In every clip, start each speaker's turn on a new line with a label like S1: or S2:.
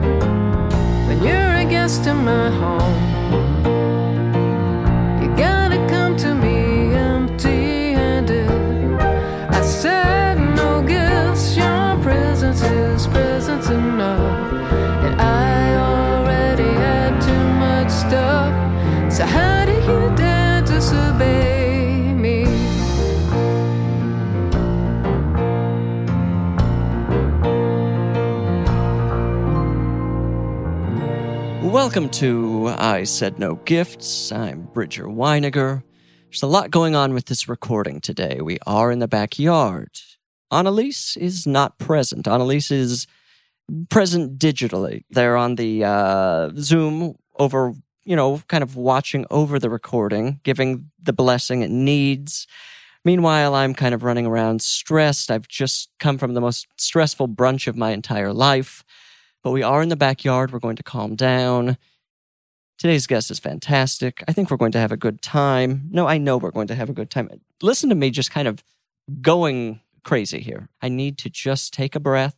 S1: When you're a guest in my home, you gotta come to me empty handed. I said no gifts, your presence is presence enough. And I already had too much stuff. So how do you dare disobey me?
S2: Welcome to I Said No Gifts. I'm Bridger Weiniger. There's a lot going on with this recording today. We are in the backyard. Annalise is not present. Annalise is present digitally. They're on the uh, Zoom over, you know, kind of watching over the recording, giving the blessing it needs. Meanwhile, I'm kind of running around stressed. I've just come from the most stressful brunch of my entire life but we are in the backyard. We're going to calm down. Today's guest is fantastic. I think we're going to have a good time. No, I know we're going to have a good time. Listen to me just kind of going crazy here. I need to just take a breath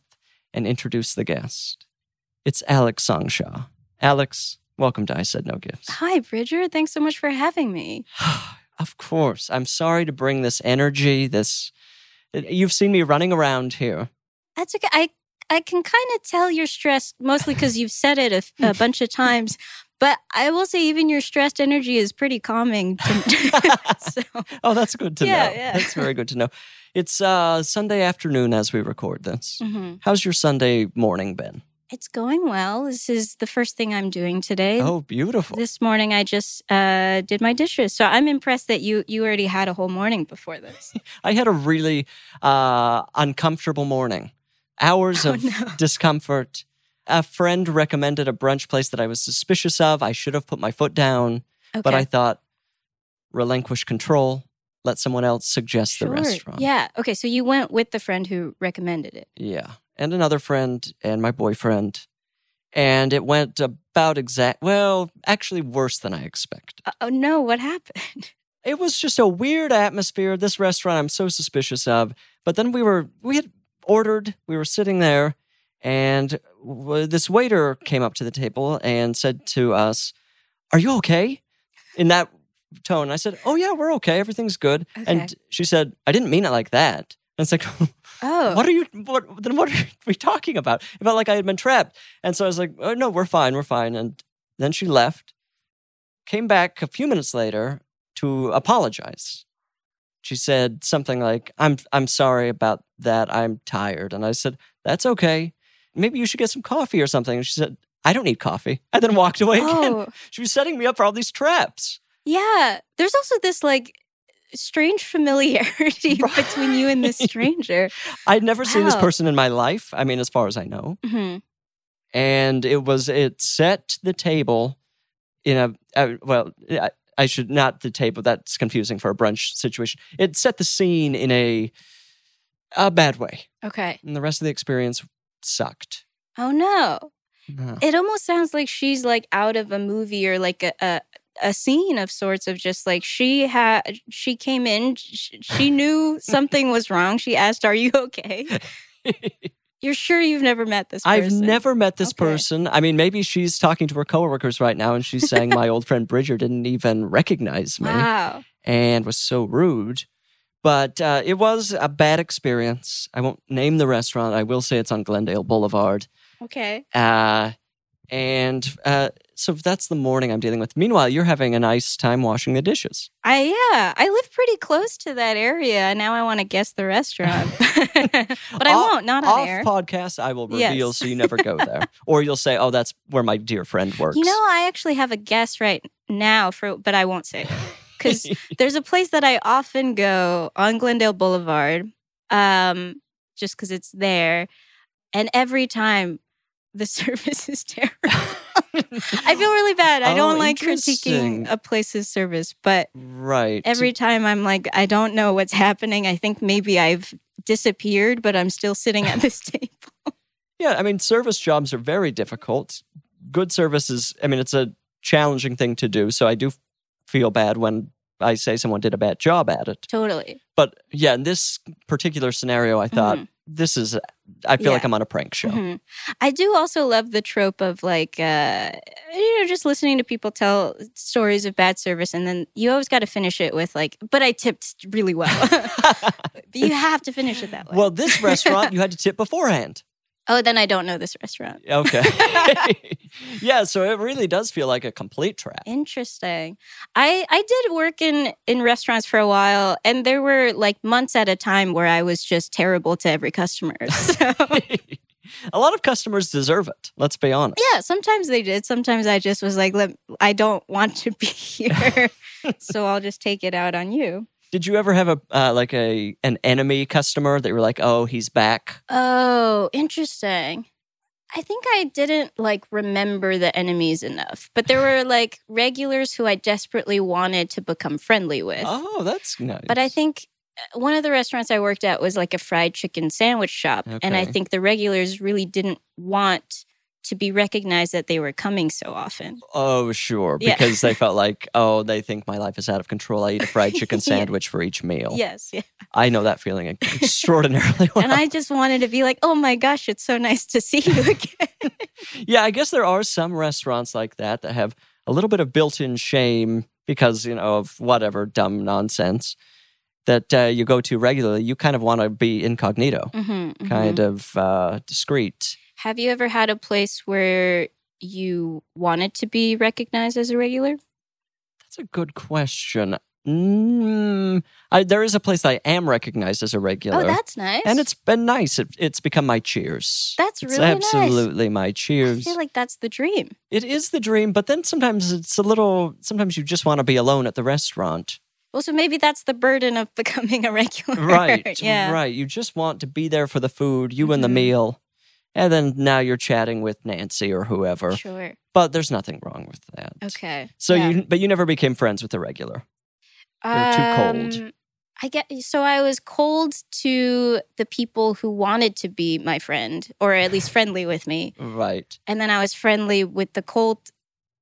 S2: and introduce the guest. It's Alex Songshaw. Alex, welcome to I Said No Gifts.
S3: Hi, Bridger. Thanks so much for having me.
S2: of course. I'm sorry to bring this energy, this. You've seen me running around here.
S3: That's okay. I I can kind of tell you're stressed, mostly because you've said it a, f- a bunch of times. But I will say, even your stressed energy is pretty calming. To, so,
S2: Oh, that's good to
S3: Yeah,
S2: know.
S3: yeah.
S2: That's very good to know. It's uh, Sunday afternoon as we record this.
S3: mhm.
S2: How's your Sunday morning been?
S3: It's going well. This is the first thing I'm doing today.
S2: Oh, beautiful.
S3: This morning, I just uh, did my dishes, so I'm impressed that you you already had a whole morning before this.
S2: I had a really uh, uncomfortable morning, hours
S3: Oh,
S2: of
S3: no.
S2: discomfort. A friend recommended a brunch place that I was suspicious of. I should have put my foot down,
S3: Okay.
S2: but I thought, relinquish control, let someone else suggest the restaurant.
S3: Yeah. Okay. So you went with the friend who recommended it.
S2: Yeah. And another friend and my boyfriend. And it went about exact, well, actually worse than I expected.
S3: Uh, oh no! What happened?
S2: It was just a weird atmosphere. This restaurant I'm so suspicious of. But then we were, we had ordered, we were sitting there, and w- this waiter came up to the table and said to us, Are you okay? In that tone. I said, Oh, yeah, we're okay. Everything's good. And
S3: Okay.
S2: she said, I didn't mean it like that. And it's like,
S3: Oh,
S2: what are you what then what are we talking about it felt like i had been trapped and so i was like oh no we're fine we're fine and then she left came back a few minutes later to apologize she said something like i'm i'm sorry about that i'm tired and i said that's okay maybe you should get some coffee or something and she said i don't need coffee and then walked away again
S3: oh.
S2: she was setting me up for all these traps
S3: Yeah, there's also this like strange familiarity
S2: Right.
S3: between you and this stranger.
S2: i'd never seen this
S3: Wow.
S2: person in my life i mean as far as i know
S3: hmm
S2: and it was it set the table in a uh, well I, I should not the table that's confusing for a brunch situation it set the scene in a a bad way
S3: Okay.
S2: and the rest of the experience sucked
S3: Oh no.
S2: Yeah.
S3: It almost sounds like she's like out of a movie or like a. a a scene of sorts of just like she had she came in she, she knew something was wrong she asked are you okay you're sure you've never met this person
S2: I've never met this
S3: Okay.
S2: person. I mean, maybe she's talking to her coworkers right now and she's saying my old friend Bridger didn't even recognize me.
S3: wow
S2: and was so rude. But uh, it was a bad experience. I won't name the restaurant. I will say it's on Glendale Boulevard.
S3: okay
S2: Uh, and uh, so that's the morning I'm dealing with. Meanwhile, you're having a nice time washing the dishes.
S3: I yeah, I live pretty close to that area. Now I want to guess the restaurant, but I
S2: Off-
S3: won't. Not on
S2: Off
S3: air.
S2: podcast, I will
S3: Yes.
S2: reveal so you never go there. or you'll say, oh, that's where my dear friend works.
S3: You know, I actually have a guess right now for, but I won't say it because there's a place that I often go on Glendale Boulevard, um, just because it's there, and every time the service is terrible. I feel really bad. I don't
S2: Oh,
S3: like
S2: interesting.
S3: critiquing a place's service, but
S2: Right.
S3: every time I'm like, I don't know what's happening. I think maybe I've disappeared, but I'm still sitting at this table.
S2: Yeah, I mean, service jobs are very difficult. Good service is, I mean, it's a challenging thing to do. So I do feel bad when I say someone did a bad job at it.
S3: Totally.
S2: But yeah, in this particular scenario, I thought this is, I feel
S3: Mm-hmm. Yeah.
S2: like I'm on a prank show.
S3: Mhm. I do also love the trope of like, uh, you know, just listening to people tell stories of bad service, and then you always got to finish it with like, but I tipped really well. But you have to finish it that way.
S2: well, this restaurant, you had to tip beforehand.
S3: oh, then I don't know this restaurant.
S2: Okay. yeah, so it really does feel like a complete trap.
S3: Interesting. I I did work in in restaurants for a while, and there were like months at a time where I was just terrible to every customer. So
S2: a lot of customers deserve it, let's be honest.
S3: yeah, sometimes they did. Sometimes I just was like, Let, I don't want to be here, so I'll just take it out on you.
S2: Did you ever have a uh, like a an enemy customer that you were like, "Oh, he's back."
S3: Oh, interesting. I think I didn't like remember the enemies enough, but there were like regulars who I desperately wanted to become friendly with.
S2: Oh, that's nice.
S3: But I think uh, one of the restaurants I worked at was like a fried chicken sandwich shop. And I
S2: Okay.
S3: think the regulars really didn't want to be recognized that they were coming so often.
S2: Oh, sure.
S3: Yeah.
S2: Because they felt like, oh, they think my life is out of control. I eat a fried chicken
S3: Yeah.
S2: sandwich for each meal.
S3: Yes. Yeah.
S2: I know that feeling ex- extraordinarily well.
S3: And I just wanted to be like, oh my gosh, it's so nice to see you again.
S2: yeah, I guess there are some restaurants like that that have a little bit of built in shame because, you know, of whatever dumb nonsense that uh, you go to regularly. You kind of want to be incognito,
S3: Mhm, mhm.
S2: kind of uh, discreet.
S3: Have you ever had a place where you wanted to be recognized as a regular?
S2: That's a good question. Mm, I, there is a place that I am recognized as a regular.
S3: Oh, that's nice.
S2: and it's been nice. It, it's become my cheers.
S3: That's
S2: It's
S3: really nice.
S2: absolutely my
S3: I
S2: cheers.
S3: feel like that's the dream.
S2: it is the dream, but then sometimes it's a little. Sometimes you just want to be alone at the restaurant,
S3: Well, so maybe that's the burden of becoming a regular.
S2: right?
S3: yeah.
S2: right. You just want to be there for the food, you and the
S3: Mhm.
S2: meal, and then now you're chatting with Nancy or whoever.
S3: Sure.
S2: But there's nothing wrong with that.
S3: Okay.
S2: So
S3: yeah.
S2: you, but you never became friends with the regular. were too cold.
S3: Um, I get so I was cold to the people who wanted to be my friend or at least friendly with me,
S2: Right.
S3: and then I was friendly with the cold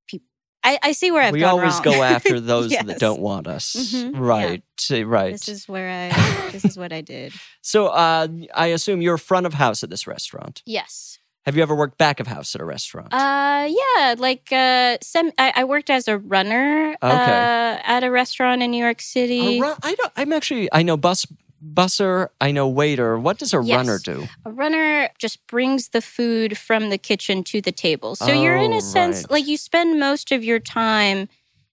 S3: people. I, I see where I've
S2: we
S3: gone
S2: always
S3: wrong.
S2: go after those that
S3: Yes.
S2: don't want us.
S3: Mhm. Yeah.
S2: Right. Right.
S3: this is where I. this is what I did.
S2: so uh, I assume you're front of house at this restaurant.
S3: Yes.
S2: Have you ever worked back of house at a restaurant?
S3: Uh, yeah, like uh, sem- I-, I worked as a runner uh, at a restaurant in New York City.
S2: A run- I don't. I'm actually. I know bus busser. I know waiter. What does a
S3: Yes.
S2: runner do?
S3: a runner just brings the food from the kitchen to the table, so you're in
S2: Oh,
S3: a sense
S2: right.
S3: like you spend most of your time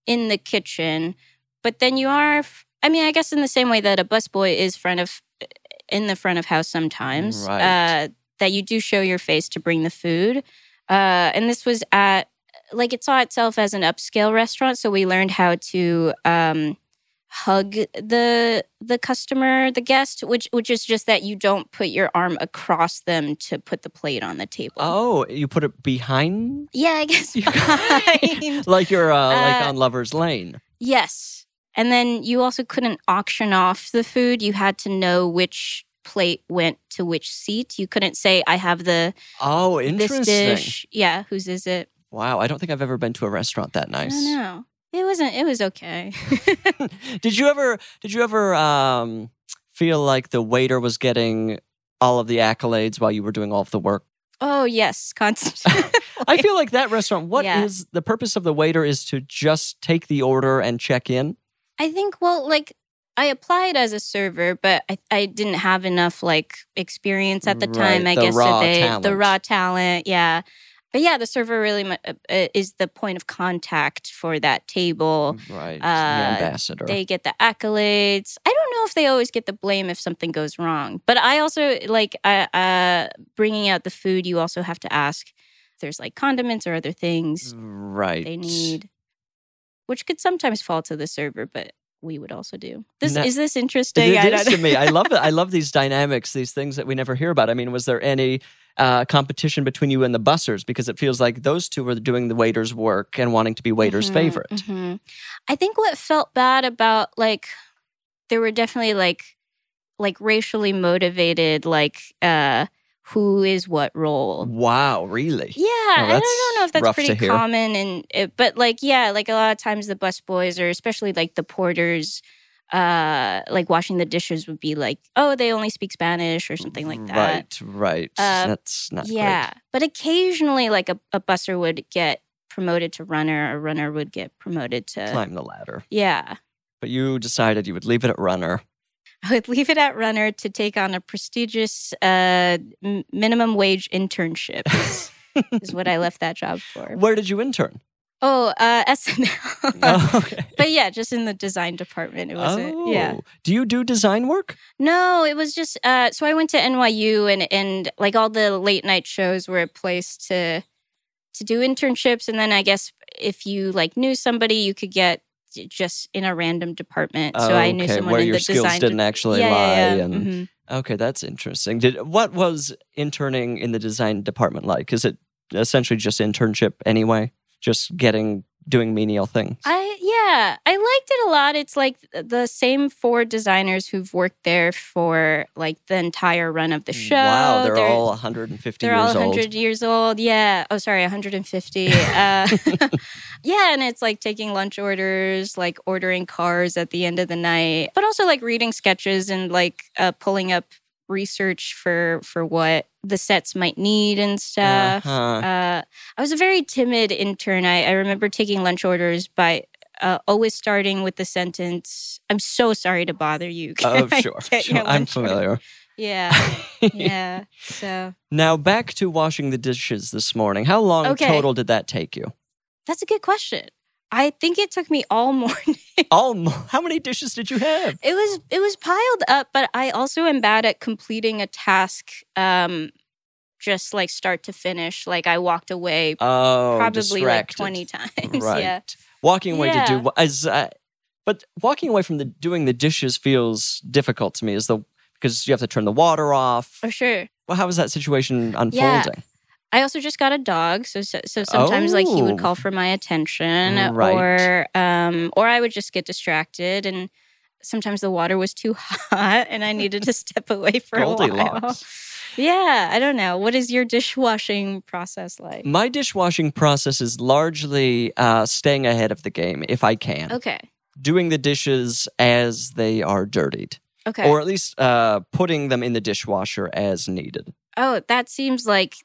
S3: in the kitchen, but then you are. F- I mean, I guess in the same way that a busboy is front of in the front of house sometimes,
S2: Right.
S3: uh, that you do show your face to bring the food, uh, and this was at like it saw itself as an upscale restaurant so we learned how to um hug the the customer the guest which which is just that you don't put your arm across them to put the plate on the table
S2: Oh, you put it behind,
S3: yeah i guess behind.
S2: like you're uh, like
S3: Uh,
S2: on Lover's Lane.
S3: yes and then you also couldn't auction off the food you had to know which plate went to which seat you couldn't say i have the
S2: Oh,
S3: this
S2: interesting.
S3: dish yeah whose is it
S2: Wow, I don't think I've ever been to a restaurant that
S3: i
S2: nice.
S3: don't know it wasn't it was okay
S2: Did you ever? Did you ever um, feel like the waiter was getting all of the accolades while you were doing all of the work?
S3: Oh yes, constant.
S2: I feel like that restaurant. What is
S3: Yeah.
S2: the purpose of the waiter? Is to just take the order and check in.
S3: I think well, like I applied as a server, but I, I didn't have enough like experience at the time.
S2: Right,
S3: I
S2: the
S3: guess so
S2: raw
S3: they the
S2: talent.
S3: raw talent, yeah. But yeah, the server really mu- uh, uh, is the point of contact for that table.
S2: Right. the
S3: uh,
S2: ambassador.
S3: They get the accolades. I don't know if they always get the blame if something goes wrong. But I also like uh, uh, bringing out the food. You also have to ask. if There's like condiments or other things
S2: right.
S3: they need, which could sometimes fall to the server, but we would also do. This
S2: Now-
S3: is this interesting.
S2: It
S3: I
S2: is
S3: don't-
S2: to me. I love it. I love these dynamics, these things that we never hear about. I mean, was there any uh, competition between you and the bussers? Because it feels like those two were doing the waiter's work and wanting to be waiter's
S3: Mhm,
S2: favorite.
S3: mhm. I think what felt bad about like there were definitely like like racially motivated like uh who is what role.
S2: Wow, really?
S3: Yeah, I don't-
S2: oh,
S3: I
S2: that's
S3: don't know if that's
S2: rough to
S3: pretty
S2: hear.
S3: common and it, but like yeah, like a lot of times the bus boys or especially like the porters uh like washing the dishes would be like, "Oh, they only speak Spanish" or something like that.
S2: Right, right.
S3: Uh,
S2: that's not
S3: yeah but occasionally like a, a busser would get promoted to runner a runner would get promoted to
S2: great. Climb the ladder.
S3: yeah
S2: But you decided you would leave it at runner.
S3: i would leave it at runner to take on a prestigious uh, m- minimum wage internship is, is what i left that job for
S2: Where did you intern?
S3: oh uh, sml
S2: okay.
S3: but yeah just in the design department it wasn't
S2: oh.
S3: yeah
S2: Do you do design work?
S3: No, it was just uh, so I went to NYU and and like all the late night shows were a place to to do internships, and then I guess if you like knew somebody, you could get j- just in a random department. So I knew
S2: Okay,
S3: someone
S2: where
S3: in
S2: your
S3: the
S2: skills
S3: design.
S2: didn't
S3: de-
S2: actually
S3: yeah,
S2: lie.
S3: yeah, yeah.
S2: And
S3: Mhm.
S2: Okay, that's interesting. Did what was interning in the design department like? Is it essentially just internship anyway? Just getting doing menial things.
S3: I yeah, I liked it a lot. It's like the same four designers who've worked there for like the entire run of the show.
S2: Hmm, Mm, Wow, they're, all 150
S3: They're
S2: years
S3: all
S2: old.
S3: 100 years old. Yeah. Oh, sorry, 150. uh, yeah, and it's like taking lunch orders, like ordering cars at the end of the night, but also like reading sketches and like uh, pulling up research for for what the sets might need and stuff. uh
S2: Uh-huh.
S3: I was a very timid intern. I, I remember taking lunch orders by. Uh, always starting with the sentence, "I'm so sorry to bother you."
S2: Oh,
S3: Can I
S2: sure.
S3: get
S2: sure.
S3: your
S2: I'm
S3: lunch order?"
S2: familiar.
S3: Yeah, yeah. So
S2: Now back to washing the dishes this morning. How long
S3: Okay.
S2: total did that take you?
S3: That's a good question. I think it took me all morning.
S2: All how many dishes did you have?
S3: It was it was piled up, but I also am bad at completing a task um just like start to finish. Like I walked away
S2: Oh,
S3: probably like
S2: distracted.
S3: 20 times.
S2: Right.
S3: Yeah.
S2: Walking away to
S3: Yeah.
S2: do as I, but walking away from the doing the dishes feels difficult to me. Is the because you have to turn the water off.
S3: For sure.
S2: Well, how is that situation unfolding?
S3: I also just got a dog, so so, so sometimes like he
S2: Oh.
S3: would call for my attention
S2: Right.
S3: or um or I would just get distracted and sometimes the water was too hot and I needed to step away for a while.
S2: Goldilocks.
S3: Yeah, I don't know. What is your dishwashing process like?
S2: My dishwashing process is largely uh, staying ahead of the game if I can,
S3: Okay.
S2: doing the dishes as they are dirtied,
S3: Okay.
S2: or at least uh, putting them in the dishwasher as needed.
S3: oh, that seems like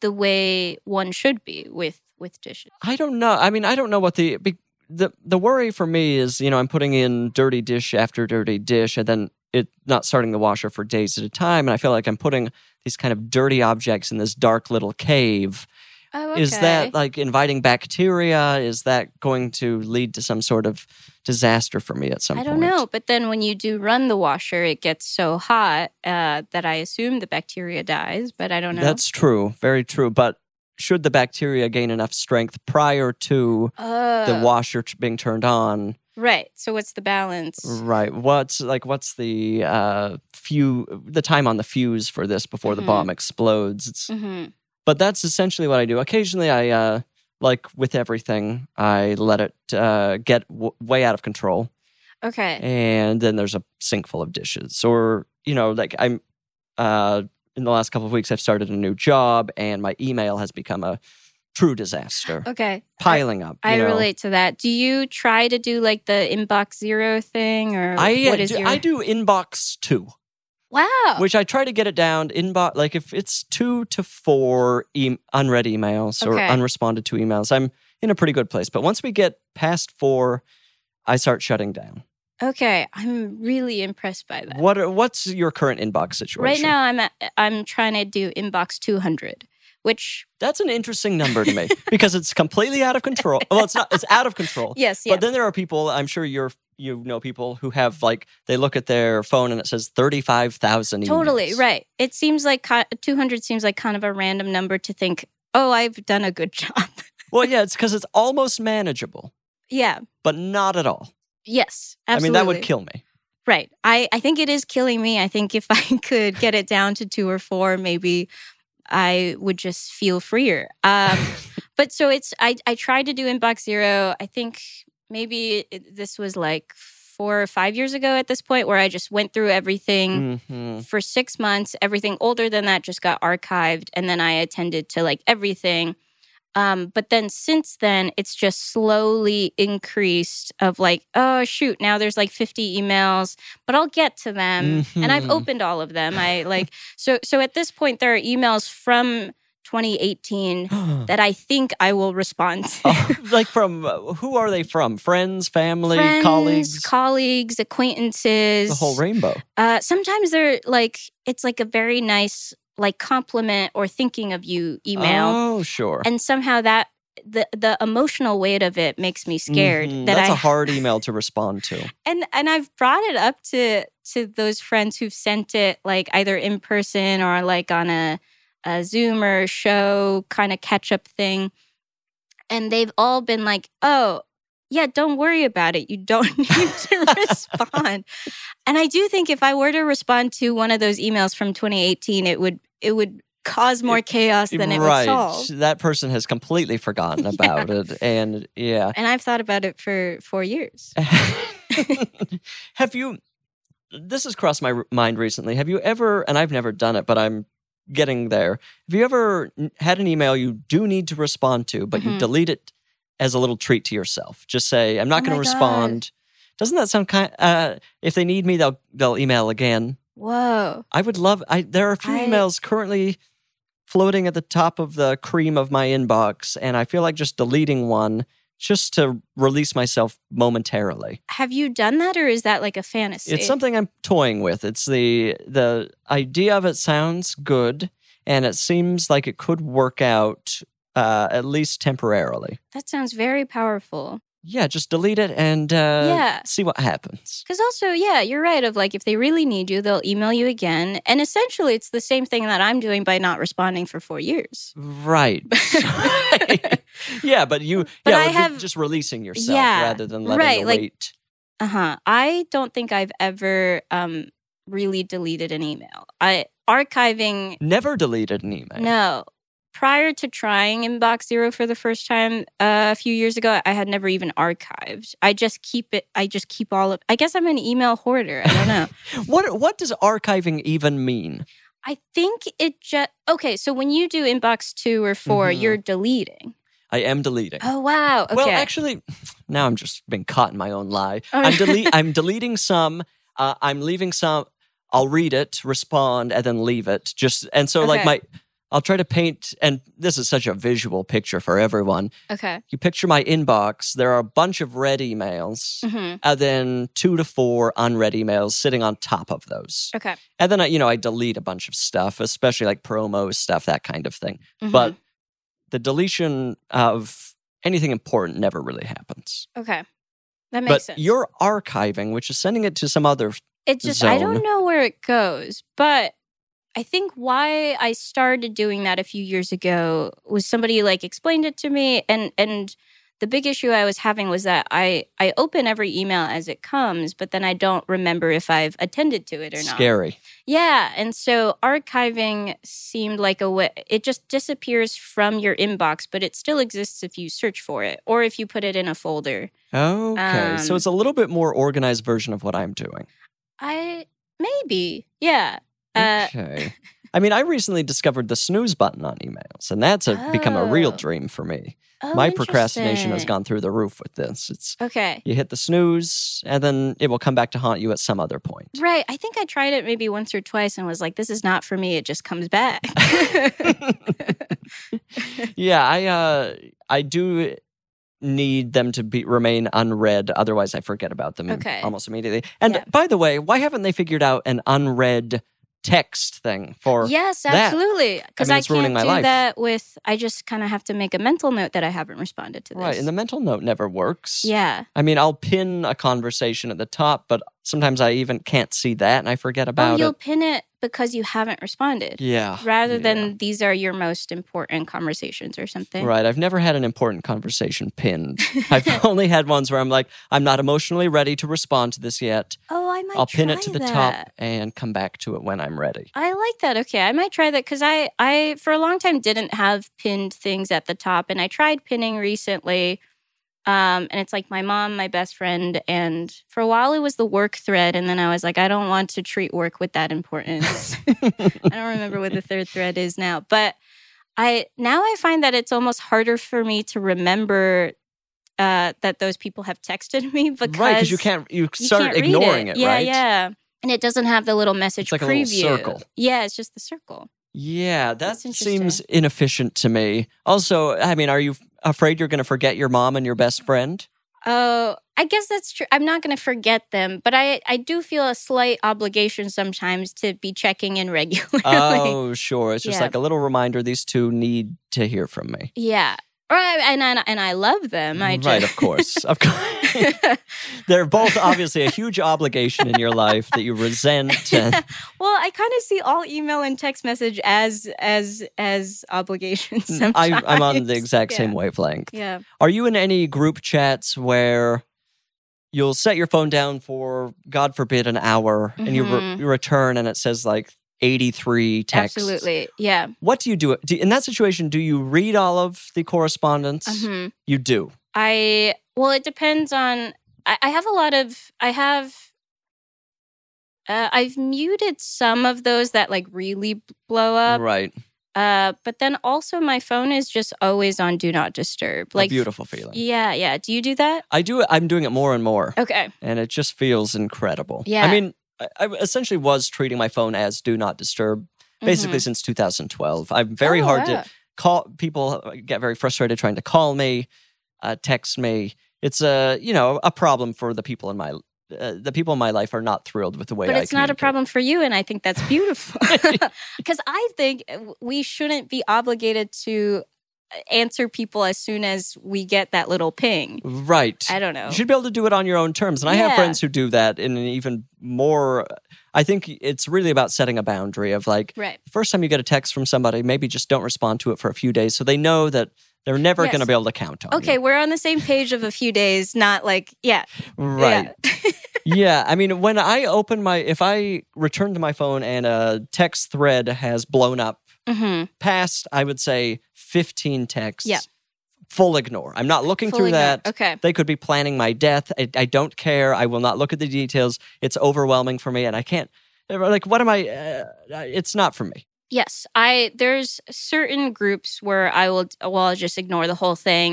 S3: the way one should be with with dishes.
S2: I don't know. I mean, I don't know what the be- the the worry for me is. You know, I'm putting in dirty dish after dirty dish, and then it not starting the washer for days at a time, and I feel like I'm putting these kind of dirty objects in this dark little cave.
S3: Oh, okay.
S2: Is that like inviting bacteria? Is that going to lead to some sort of disaster for me at some
S3: I
S2: point?
S3: don't know, but then when you do run the washer, it gets so hot uh, that I assume the bacteria dies, but I don't know.
S2: That's true, very true. But should the bacteria gain enough strength prior to
S3: oh,
S2: the washer t- being turned on?
S3: right. So what's the balance?
S2: Right. What's like what's the uh few the time on the fuse for this before the
S3: Mhm.
S2: bomb explodes? It's,
S3: hmm
S2: But that's essentially what I do. Occasionally I uh like with everything, I let it uh get w- way out of control
S3: Okay.
S2: and then there's a sink full of dishes or you know like I'm uh in the last couple of weeks I've started a new job and my email has become a true disaster.
S3: Okay.
S2: Piling up.
S3: I
S2: you know.
S3: relate to that. Do you try to do like the inbox zero thing or
S2: I, uh,
S3: what is
S2: do,
S3: your
S2: I do inbox too.
S3: Wow.
S2: which I try to get it down inbox. Like if it's two to four e- unread emails or
S3: Okay.
S2: unresponded to emails, I'm in a pretty good place. But once we get past four, I start shutting down.
S3: Okay, I'm really impressed by that.
S2: What are, what's your current inbox situation?
S3: Right now, I'm at, I'm trying to do inbox 200, which
S2: That's an interesting number to me because it's completely out of control. Well, it's not. It's out of control.
S3: yes, yeah.
S2: But then there are people. I'm sure you're you know people who have like they look at their phone and it says thirty five thousand.
S3: Totally right. It seems like co- 200 seems like kind of a random number to think, "Oh, I've done a good job."
S2: Well, yeah, it's because it's almost manageable,
S3: yeah.
S2: but not at all.
S3: Yes. Absolutely.
S2: I mean, that would kill me.
S3: Right. I I think it is killing me. I think if I could get it down to 2 or 4, maybe I would just feel freer. Um but so it's I I tried to do inbox zero. I think maybe it, this was like 4 or 5 years ago at this point where I just went through everything.
S2: hmm
S3: for six months. Everything older than that just got archived, and then I attended to like everything. Um, but then since then, it's just slowly increased. Of like, oh shoot, now there's like 50 emails, but I'll get to them, and I've
S2: Mhm.
S3: opened all of them. I like so so at this point, there are emails from 2018 that I think I will respond to.
S2: Oh, like from uh, who are they from? Friends, family,
S3: Friends,
S2: colleagues,
S3: colleagues, acquaintances,
S2: the whole rainbow.
S3: Uh, sometimes they're like it's like a very nice like compliment or thinking of you email,
S2: Oh, sure.
S3: and somehow that the the emotional weight of it makes me scared
S2: Mhm.
S3: that
S2: That's
S3: I
S2: a hard email to respond to.
S3: and and I've brought it up to to those friends who've sent it like either in person or like on a, a Zoom or show kind of catch up thing, and they've all been like, "Oh, yeah, don't worry about it. You don't need to respond." And I do think if I were to respond to one of those emails from 2018, it would it would cause more chaos than it
S2: right.
S3: would solve.
S2: That person has completely forgotten about it. And yeah.
S3: And I've thought about it for four years.
S2: Have you, this has crossed my r- mind recently. Have you ever, and I've never done it, but I'm getting there. Have you ever n- had an email you do need to respond to, but you
S3: Mhm.
S2: delete it as a little treat to yourself? Just say, I'm not
S3: Oh
S2: going to
S3: my God.
S2: respond. Doesn't that sound kind? Uh, if they need me, they'll they'll email again.
S3: Whoa.
S2: I would love. I there are a few
S3: I-
S2: emails currently floating at the top of the cream of my inbox, and I feel like just deleting one just to release myself momentarily.
S3: Have you done that or is that like a fantasy?
S2: It's something I'm toying with. It's the the idea of it sounds good, and it seems like it could work out uh, at least temporarily.
S3: That sounds very powerful.
S2: Yeah, just delete it and uh,
S3: Yeah.
S2: see what happens.
S3: Because also, yeah, you're right. Of like, if they really need you, they'll email you again. And essentially, it's the same thing that I'm doing by not responding for four years.
S2: Right. yeah, but you
S3: But
S2: yeah,
S3: I
S2: with
S3: have-
S2: just releasing yourself
S3: Yeah,
S2: rather than letting
S3: right,
S2: the
S3: like-
S2: weight
S3: Uh huh. I don't think I've ever um, really deleted an email. I archiving,
S2: never deleted an email.
S3: no. Prior to trying Inbox Zero for the first time uh, a few years ago, I had never even archived. I just keep it. I just keep all of. I guess I'm an email hoarder. I don't know.
S2: What what does archiving even mean?
S3: I think it just okay. So when you do inbox two or 4 you
S2: Mhm.
S3: you're deleting.
S2: I am deleting.
S3: Oh wow. Okay.
S2: Well, actually, now I'm just being caught in my own lie.
S3: Oh,
S2: I'm
S3: no.
S2: dele- I'm deleting some. Uh, I'm leaving some. I'll read it, respond, and then leave it. Just and so like
S3: Okay.
S2: my. I'll try to paint, and this is such a visual picture for everyone.
S3: okay.
S2: You picture my inbox. There are a bunch of red emails,
S3: hmm
S2: and then two to four unread emails sitting on top of those.
S3: Okay.
S2: And then I, you know, I delete a bunch of stuff, especially like promo stuff, that kind of thing.
S3: Mhm.
S2: But the deletion of anything important never really happens.
S3: okay, that makes
S2: but
S3: sense.
S2: you're archiving, which is sending it to some other.
S3: It just I
S2: zone.
S3: don't know where it goes, but I think why I started doing that a few years ago was somebody like explained it to me and and the big issue I was having was that I I open every email as it comes, but then I don't remember if I've attended to it or not.
S2: Scary.
S3: Yeah. And so archiving seemed like a way, it just disappears from your inbox, but it still exists if you search for it or if you put it in a folder.
S2: Okay, so
S3: Um,
S2: it's a little bit more organized version of what I'm doing.
S3: I, maybe. Yeah.
S2: Hmm.
S3: Uh,
S2: Okay. I mean, I recently discovered the snooze button on emails, and that's a, become a real
S3: Oh.
S2: dream for me.
S3: oh,
S2: My procrastination has
S3: interesting.
S2: gone through the roof with this. It's
S3: Okay.
S2: you hit the snooze, and then it will come back to haunt you at some other point.
S3: Right. I think I tried it maybe once or twice and was like, this is not for me. It just comes back.
S2: yeah, I uh I do need them to be remain unread otherwise I forget about them
S3: Okay.
S2: almost immediately. And
S3: Yeah.
S2: by the way, why haven't they figured out an unread text thing for
S3: Yes,
S2: that.
S3: absolutely. Because
S2: mean,
S3: I,
S2: it's ruining
S3: can't
S2: my
S3: do
S2: life.
S3: that with. I just kind of have to make a mental note that I haven't responded to this.
S2: right. And the mental note never works.
S3: yeah. Oh,
S2: I mean, I'll pin a conversation at the top, but sometimes I even can't see that and I forget
S3: Oh,
S2: about
S3: you'll
S2: it.
S3: pin it because you haven't responded,
S2: Yeah.
S3: rather
S2: Ah, yeah.
S3: than these are your most important conversations or something.
S2: Right. I've never had an important conversation pinned. I've only had ones where I'm like, I'm not emotionally ready to respond to this yet.
S3: Oh, I might.
S2: I'll pin it
S3: try
S2: to the
S3: that.
S2: top and come back to it when I'm ready.
S3: I like that. Okay, I might try that because I, I for a long time didn't have pinned things at the top, and I tried pinning recently. Um, and it's like my mom, my best friend, and for a while it was the work thread, and then I was like, I don't want to treat work with that importance. I don't remember what the third thread is now, but I now I find that it's almost harder for me to remember uh, that those people have texted me because
S2: right, because you can't you
S3: you
S2: start
S3: can't read
S2: ignoring it,
S3: yeah,
S2: right?
S3: Yeah, And it doesn't have the little message
S2: It's like a little
S3: preview.
S2: circle.
S3: Yeah, it's just the circle.
S2: Yeah, that
S3: That's
S2: seems
S3: interesting.
S2: inefficient to me. Also, I mean, are you f- afraid you're going to forget your mom and your best friend?
S3: Oh, I guess that's true. I'm not going to forget them, but I I do feel a slight obligation sometimes to be checking in regularly.
S2: Oh, sure. It's just
S3: Yeah.
S2: like a little reminder these two need to hear from me.
S3: yeah. Or I, and I, and I love them. I
S2: right,
S3: just,
S2: of course. Of course. They're both obviously a huge obligation in your life that you resent. And,
S3: well, I kind of see all email and text message as as as obligations. Sometimes
S2: mm, I, I'm on the exact
S3: Yeah.
S2: same wavelength.
S3: Yeah.
S2: Are you in any group chats where you'll set your phone down for, God forbid, an hour and you, re-
S3: Mhm.
S2: you return and it says like 83 texts?
S3: Absolutely. Yeah.
S2: What do you do? do in that situation, do you read all of the correspondence?
S3: hmm
S2: You do.
S3: I well, it depends on. I, I have a lot of. I have. Uh, I've muted some of those that like really blow up,
S2: right.
S3: uh, but then also my phone is just always on do not disturb. Like
S2: a beautiful feeling.
S3: Yeah, yeah. Do you do that?
S2: I do. I'm doing it more and more,
S3: Okay.
S2: and it just feels incredible. I
S3: Oh. Yeah.
S2: mean, I, I essentially was treating my phone as do not disturb
S3: Mm-hmm.
S2: basically since 2012. I'm very
S3: Oh,
S2: hard to call. People get very frustrated trying to call me, uh, text me. It's a you know a problem for the people in my uh, the people in my life are not thrilled with the way.
S3: But
S2: I
S3: it's not a
S2: communicate.
S3: problem for you, and I think that's beautiful. Because I think uh, we shouldn't be obligated to uh, answer people as soon as we get that little ping.
S2: Right.
S3: I don't know.
S2: You should be able to do it on your own terms. And I have
S3: Yeah.
S2: friends who do that in an even more. I think it's really about setting a boundary of like,
S3: Right.
S2: first time you get a text from somebody, maybe just don't respond to it for a few days so they know that they're never
S3: Yes.
S2: going to be able to count on
S3: Okay,
S2: you.
S3: we're on the same page of a few days, not like, yeah.
S2: Right. yeah. I mean, when I open my, if I return to my phone and a text thread has blown up
S3: Yeah. hmm
S2: past, I would say 15 texts.
S3: Yeah.
S2: Full ignore. I'm not looking through that.
S3: Okay.
S2: They could be planning my death. I, I don't care. I will not look at the details. It's overwhelming for me, and I can't. Like, what am I? Uh, it's not for me.
S3: Yes, I there's certain groups where I will well I'll just ignore the whole thing,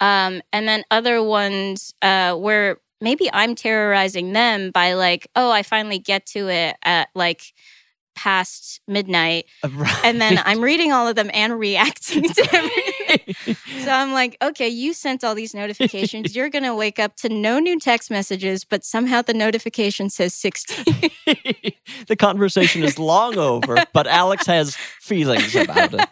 S3: um, and then other ones uh, where maybe I'm terrorizing them by like, oh, I finally get to it at like past midnight,
S2: Right.
S3: and then I'm reading all of them and reacting to everything. So I'm like, okay, you sent all these notifications. You're going to wake up to no new text messages, but somehow the notification says 16.
S2: the conversation is long over, but Alex has feelings about it,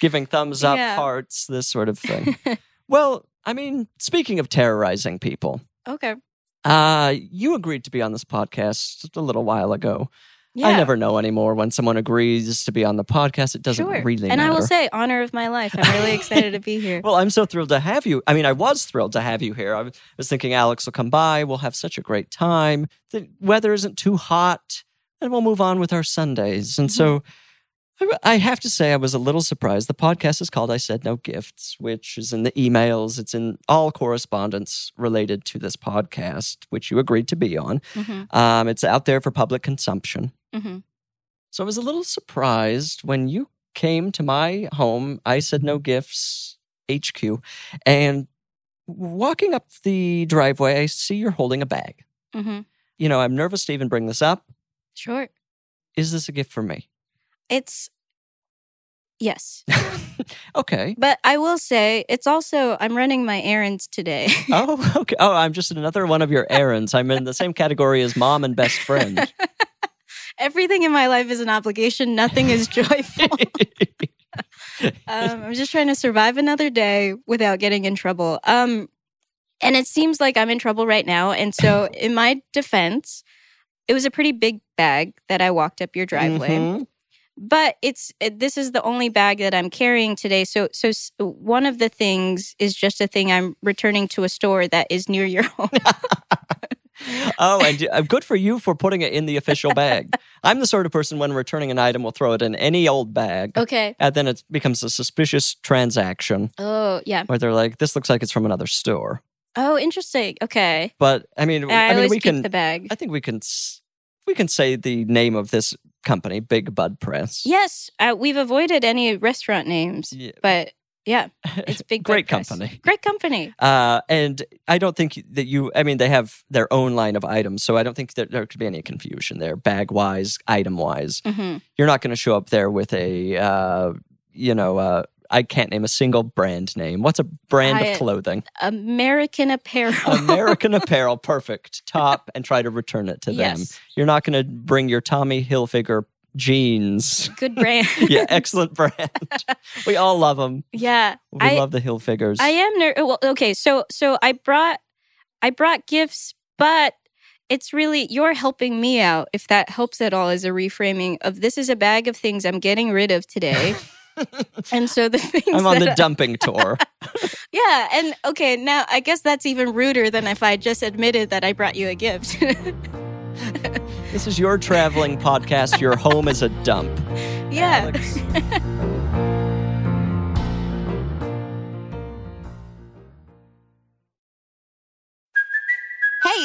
S2: giving thumbs up,
S3: Yeah.
S2: hearts, this sort of thing. well, I mean, speaking of terrorizing people,
S3: okay.
S2: uh, you agreed to be on this podcast a little while ago.
S3: Yeah.
S2: I never know anymore when someone agrees to be on the podcast. It doesn't
S3: sure.
S2: really
S3: And
S2: matter.
S3: I will say, honor of my life. I'm really excited to be here.
S2: well, I'm so thrilled to have you. I mean, I was thrilled to have you here. I was- I was thinking Alex will come by. We'll have such a great time. The weather isn't too hot, and we'll move on with our Sundays. And so, I- I have to say, I was a little surprised. The podcast is called "I Said No Gifts," which is in the emails. It's in all correspondence related to this podcast, which you agreed to be on.
S3: Mhm,
S2: Um, it's out there for public consumption.
S3: mhm.
S2: So I was a little surprised when you came to my home. I said no gifts HQ. And walking up the driveway, I see you're holding a bag.
S3: Mhm.
S2: You know, I'm nervous to even bring this up.
S3: Sure.
S2: Is this a gift for me?
S3: It's, yes.
S2: okay.
S3: But I will say, it's also, I'm running my errands today.
S2: Oh, okay. Oh, I'm just in another one of your errands. I'm in the same category as mom and best friend.
S3: everything in my life is an obligation. Nothing is joyful. um, I'm just trying to survive another day without getting in trouble. Um, and it seems like I'm in trouble right now. And so, in my defense, it was a pretty big bag that I walked up your driveway.
S2: Mhm.
S3: But it's it, this is the only bag that I'm carrying today. So so s- one of the things is just a thing I'm returning to a store that is near your home.
S2: Oh, and you- uh, good for you for putting it in the official bag. I'm the sort of person when returning an item will throw it in any old bag.
S3: okay.
S2: And then it becomes a suspicious transaction
S3: Oh yeah.
S2: where they're like, "This looks like it's from another store."
S3: Oh, interesting. Okay.
S2: But I mean,
S3: I,
S2: mean,
S3: always
S2: we
S3: keep
S2: can.
S3: the bag.
S2: I think we can. s- We can say the name of this company, Big Bud Press.
S3: yes, uh, we've avoided any restaurant names,
S2: Yeah.
S3: but yeah, it's big. Bud
S2: Great
S3: Press.
S2: company.
S3: Great company.
S2: Uh, and I don't think that you. I mean, they have their own line of items, so I don't think that there could be any confusion there, bag wise, item wise.
S3: hmm
S2: You're not going to show up there with a, uh, you know, uh, I can't name a single brand name. What's a brand
S3: I-
S2: of clothing?
S3: American Apparel.
S2: American Apparel, perfect top, and try to return it to them.
S3: yes,
S2: You're not going to bring your Tommy Hilfiger jeans.
S3: good brand.
S2: yeah, excellent brand. we all love them.
S3: yeah.
S2: We
S3: I
S2: love the Hilfigers.
S3: I am ner- well. Okay, so so I brought I brought gifts, but it's really you're helping me out. If that helps at all, as a reframing of this is a bag of things I'm getting rid of today. And so the things
S2: I'm on
S3: that
S2: the dumping tour.
S3: Yeah, and okay, now I guess that's even ruder than if I just admitted that I brought you a gift.
S2: This is your traveling podcast. Your home is a dump.
S3: yeah.
S2: Alex.
S4: Hey,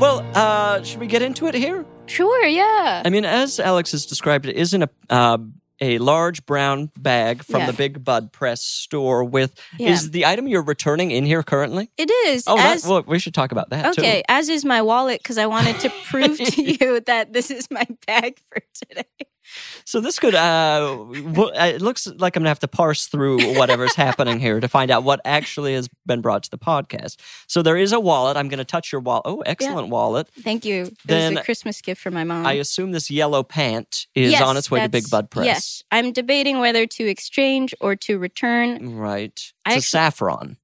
S2: Well, uh, should we get into it here?
S3: Sure, yeah.
S2: I mean, as Alex has described, it is in a uh, a large brown bag from
S3: Yeah.
S2: the Big Bud Press store. With
S3: Yeah.
S2: is the item you're returning in here currently?
S3: It is.
S2: Oh,
S3: as,
S2: that, well, we should talk about that. too.
S3: okay, as is my wallet cuz I wanted to prove to you that this is my bag for today.
S2: So this could uh, wo- uh, it looks like I'm gonna have to parse through whatever's happening here to find out what actually has been brought to the podcast. So there is a wallet. I'm gonna touch your wallet. Oh, excellent wallet.
S3: Thank you. It
S2: Then-
S3: was a Christmas gift for my mom.
S2: I assume this yellow pant is
S3: Yes,
S2: on its way to
S3: that's-
S2: Big Bud Press.
S3: Yes. I'm debating whether to exchange or to return.
S2: Right. It's
S3: I
S2: a
S3: actually-
S2: saffron.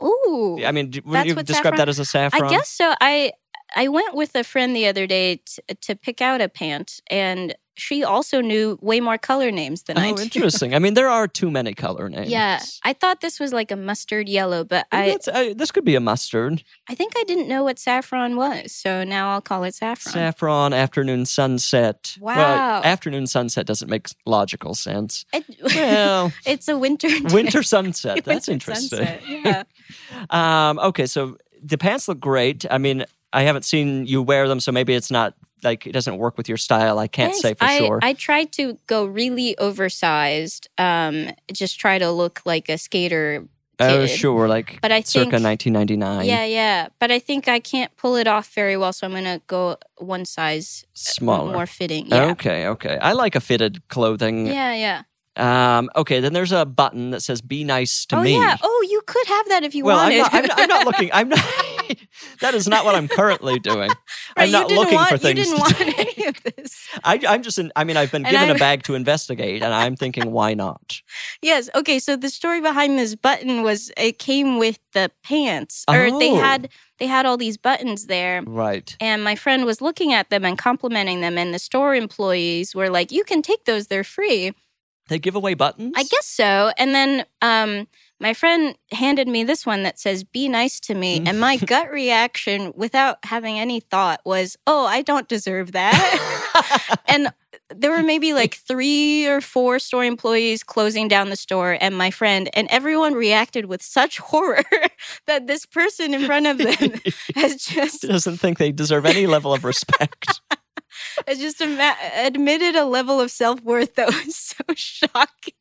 S2: Mm.
S3: Ooh.
S2: I mean, d- would
S3: That's
S2: you
S3: what
S2: describe
S3: saffron-
S2: that as a saffron?
S3: I guess so. I I went with a friend the other day t- to pick out a pant, and she also knew way more color names than I
S2: Oh,
S3: did.
S2: interesting. I mean, there are too many color names.
S3: Yeah, I thought this was like a mustard yellow, but
S2: I,
S3: I
S2: that's, I, uh, this could be a mustard.
S3: I think I didn't know what saffron was, so now I'll call it saffron.
S2: Saffron, afternoon sunset.
S3: Wow.
S2: Well, afternoon sunset doesn't make logical sense.
S3: It-
S2: Well,
S3: it's a winter day.
S2: winter sunset. That's
S3: Winter
S2: interesting.
S3: sunset, Yeah.
S2: Um, okay, so the pants look great. I mean, I haven't seen you wear them, so maybe it's not like it doesn't work with your style. I can't
S3: Thanks.
S2: say for
S3: I,
S2: sure.
S3: I tried to go really oversized. Um, just try to look like a skater.
S2: oh,
S3: kid.
S2: sure, like
S3: But I
S2: circa
S3: think-
S2: 1999.
S3: Yeah, yeah. But I think I can't pull it off very well, so I'm gonna go one size
S2: smaller.
S3: more fitting. Yeah.
S2: Okay, okay. I like a fitted clothing.
S3: Yeah, yeah.
S2: Um, okay, then there's a button that says "Be nice to
S3: oh
S2: me."
S3: yeah. Oh, you could have that if you
S2: well, I'm
S3: wanted.
S2: not, I'm, not- I'm not looking. I'm not. that is not what I'm currently doing.
S3: Right,
S2: I'm
S3: you
S2: not
S3: didn't
S2: looking
S3: want,
S2: for things.
S3: You
S2: to
S3: didn't want
S2: do.
S3: any of this.
S2: I, I'm just. In, I mean, I've been
S3: And
S2: given a
S3: I'm-
S2: bag to investigate, and I'm thinking, why not?
S3: Yes. Okay. So the story behind this button was it came with the pants, or they
S2: Oh.
S3: had they had all these buttons there.
S2: Right.
S3: And my friend was looking at them and complimenting them, and the store employees were like, "You can take those; they're free."
S2: They give away buttons.
S3: I guess so. And then um, my friend handed me this one that says, Be nice to me. And my gut reaction, without having any thought, was, Oh, I don't deserve that. and there were maybe like three or four store employees closing down the store and my friend, and everyone reacted with such horror that this person in front of them has just
S2: She doesn't think they deserve any level of respect.
S3: has just ama- admitted a level of self worth that was so shocking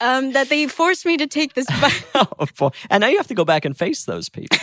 S3: um, that they forced me to take this. Bite.
S2: oh, boy. And now you have to go back and face those people.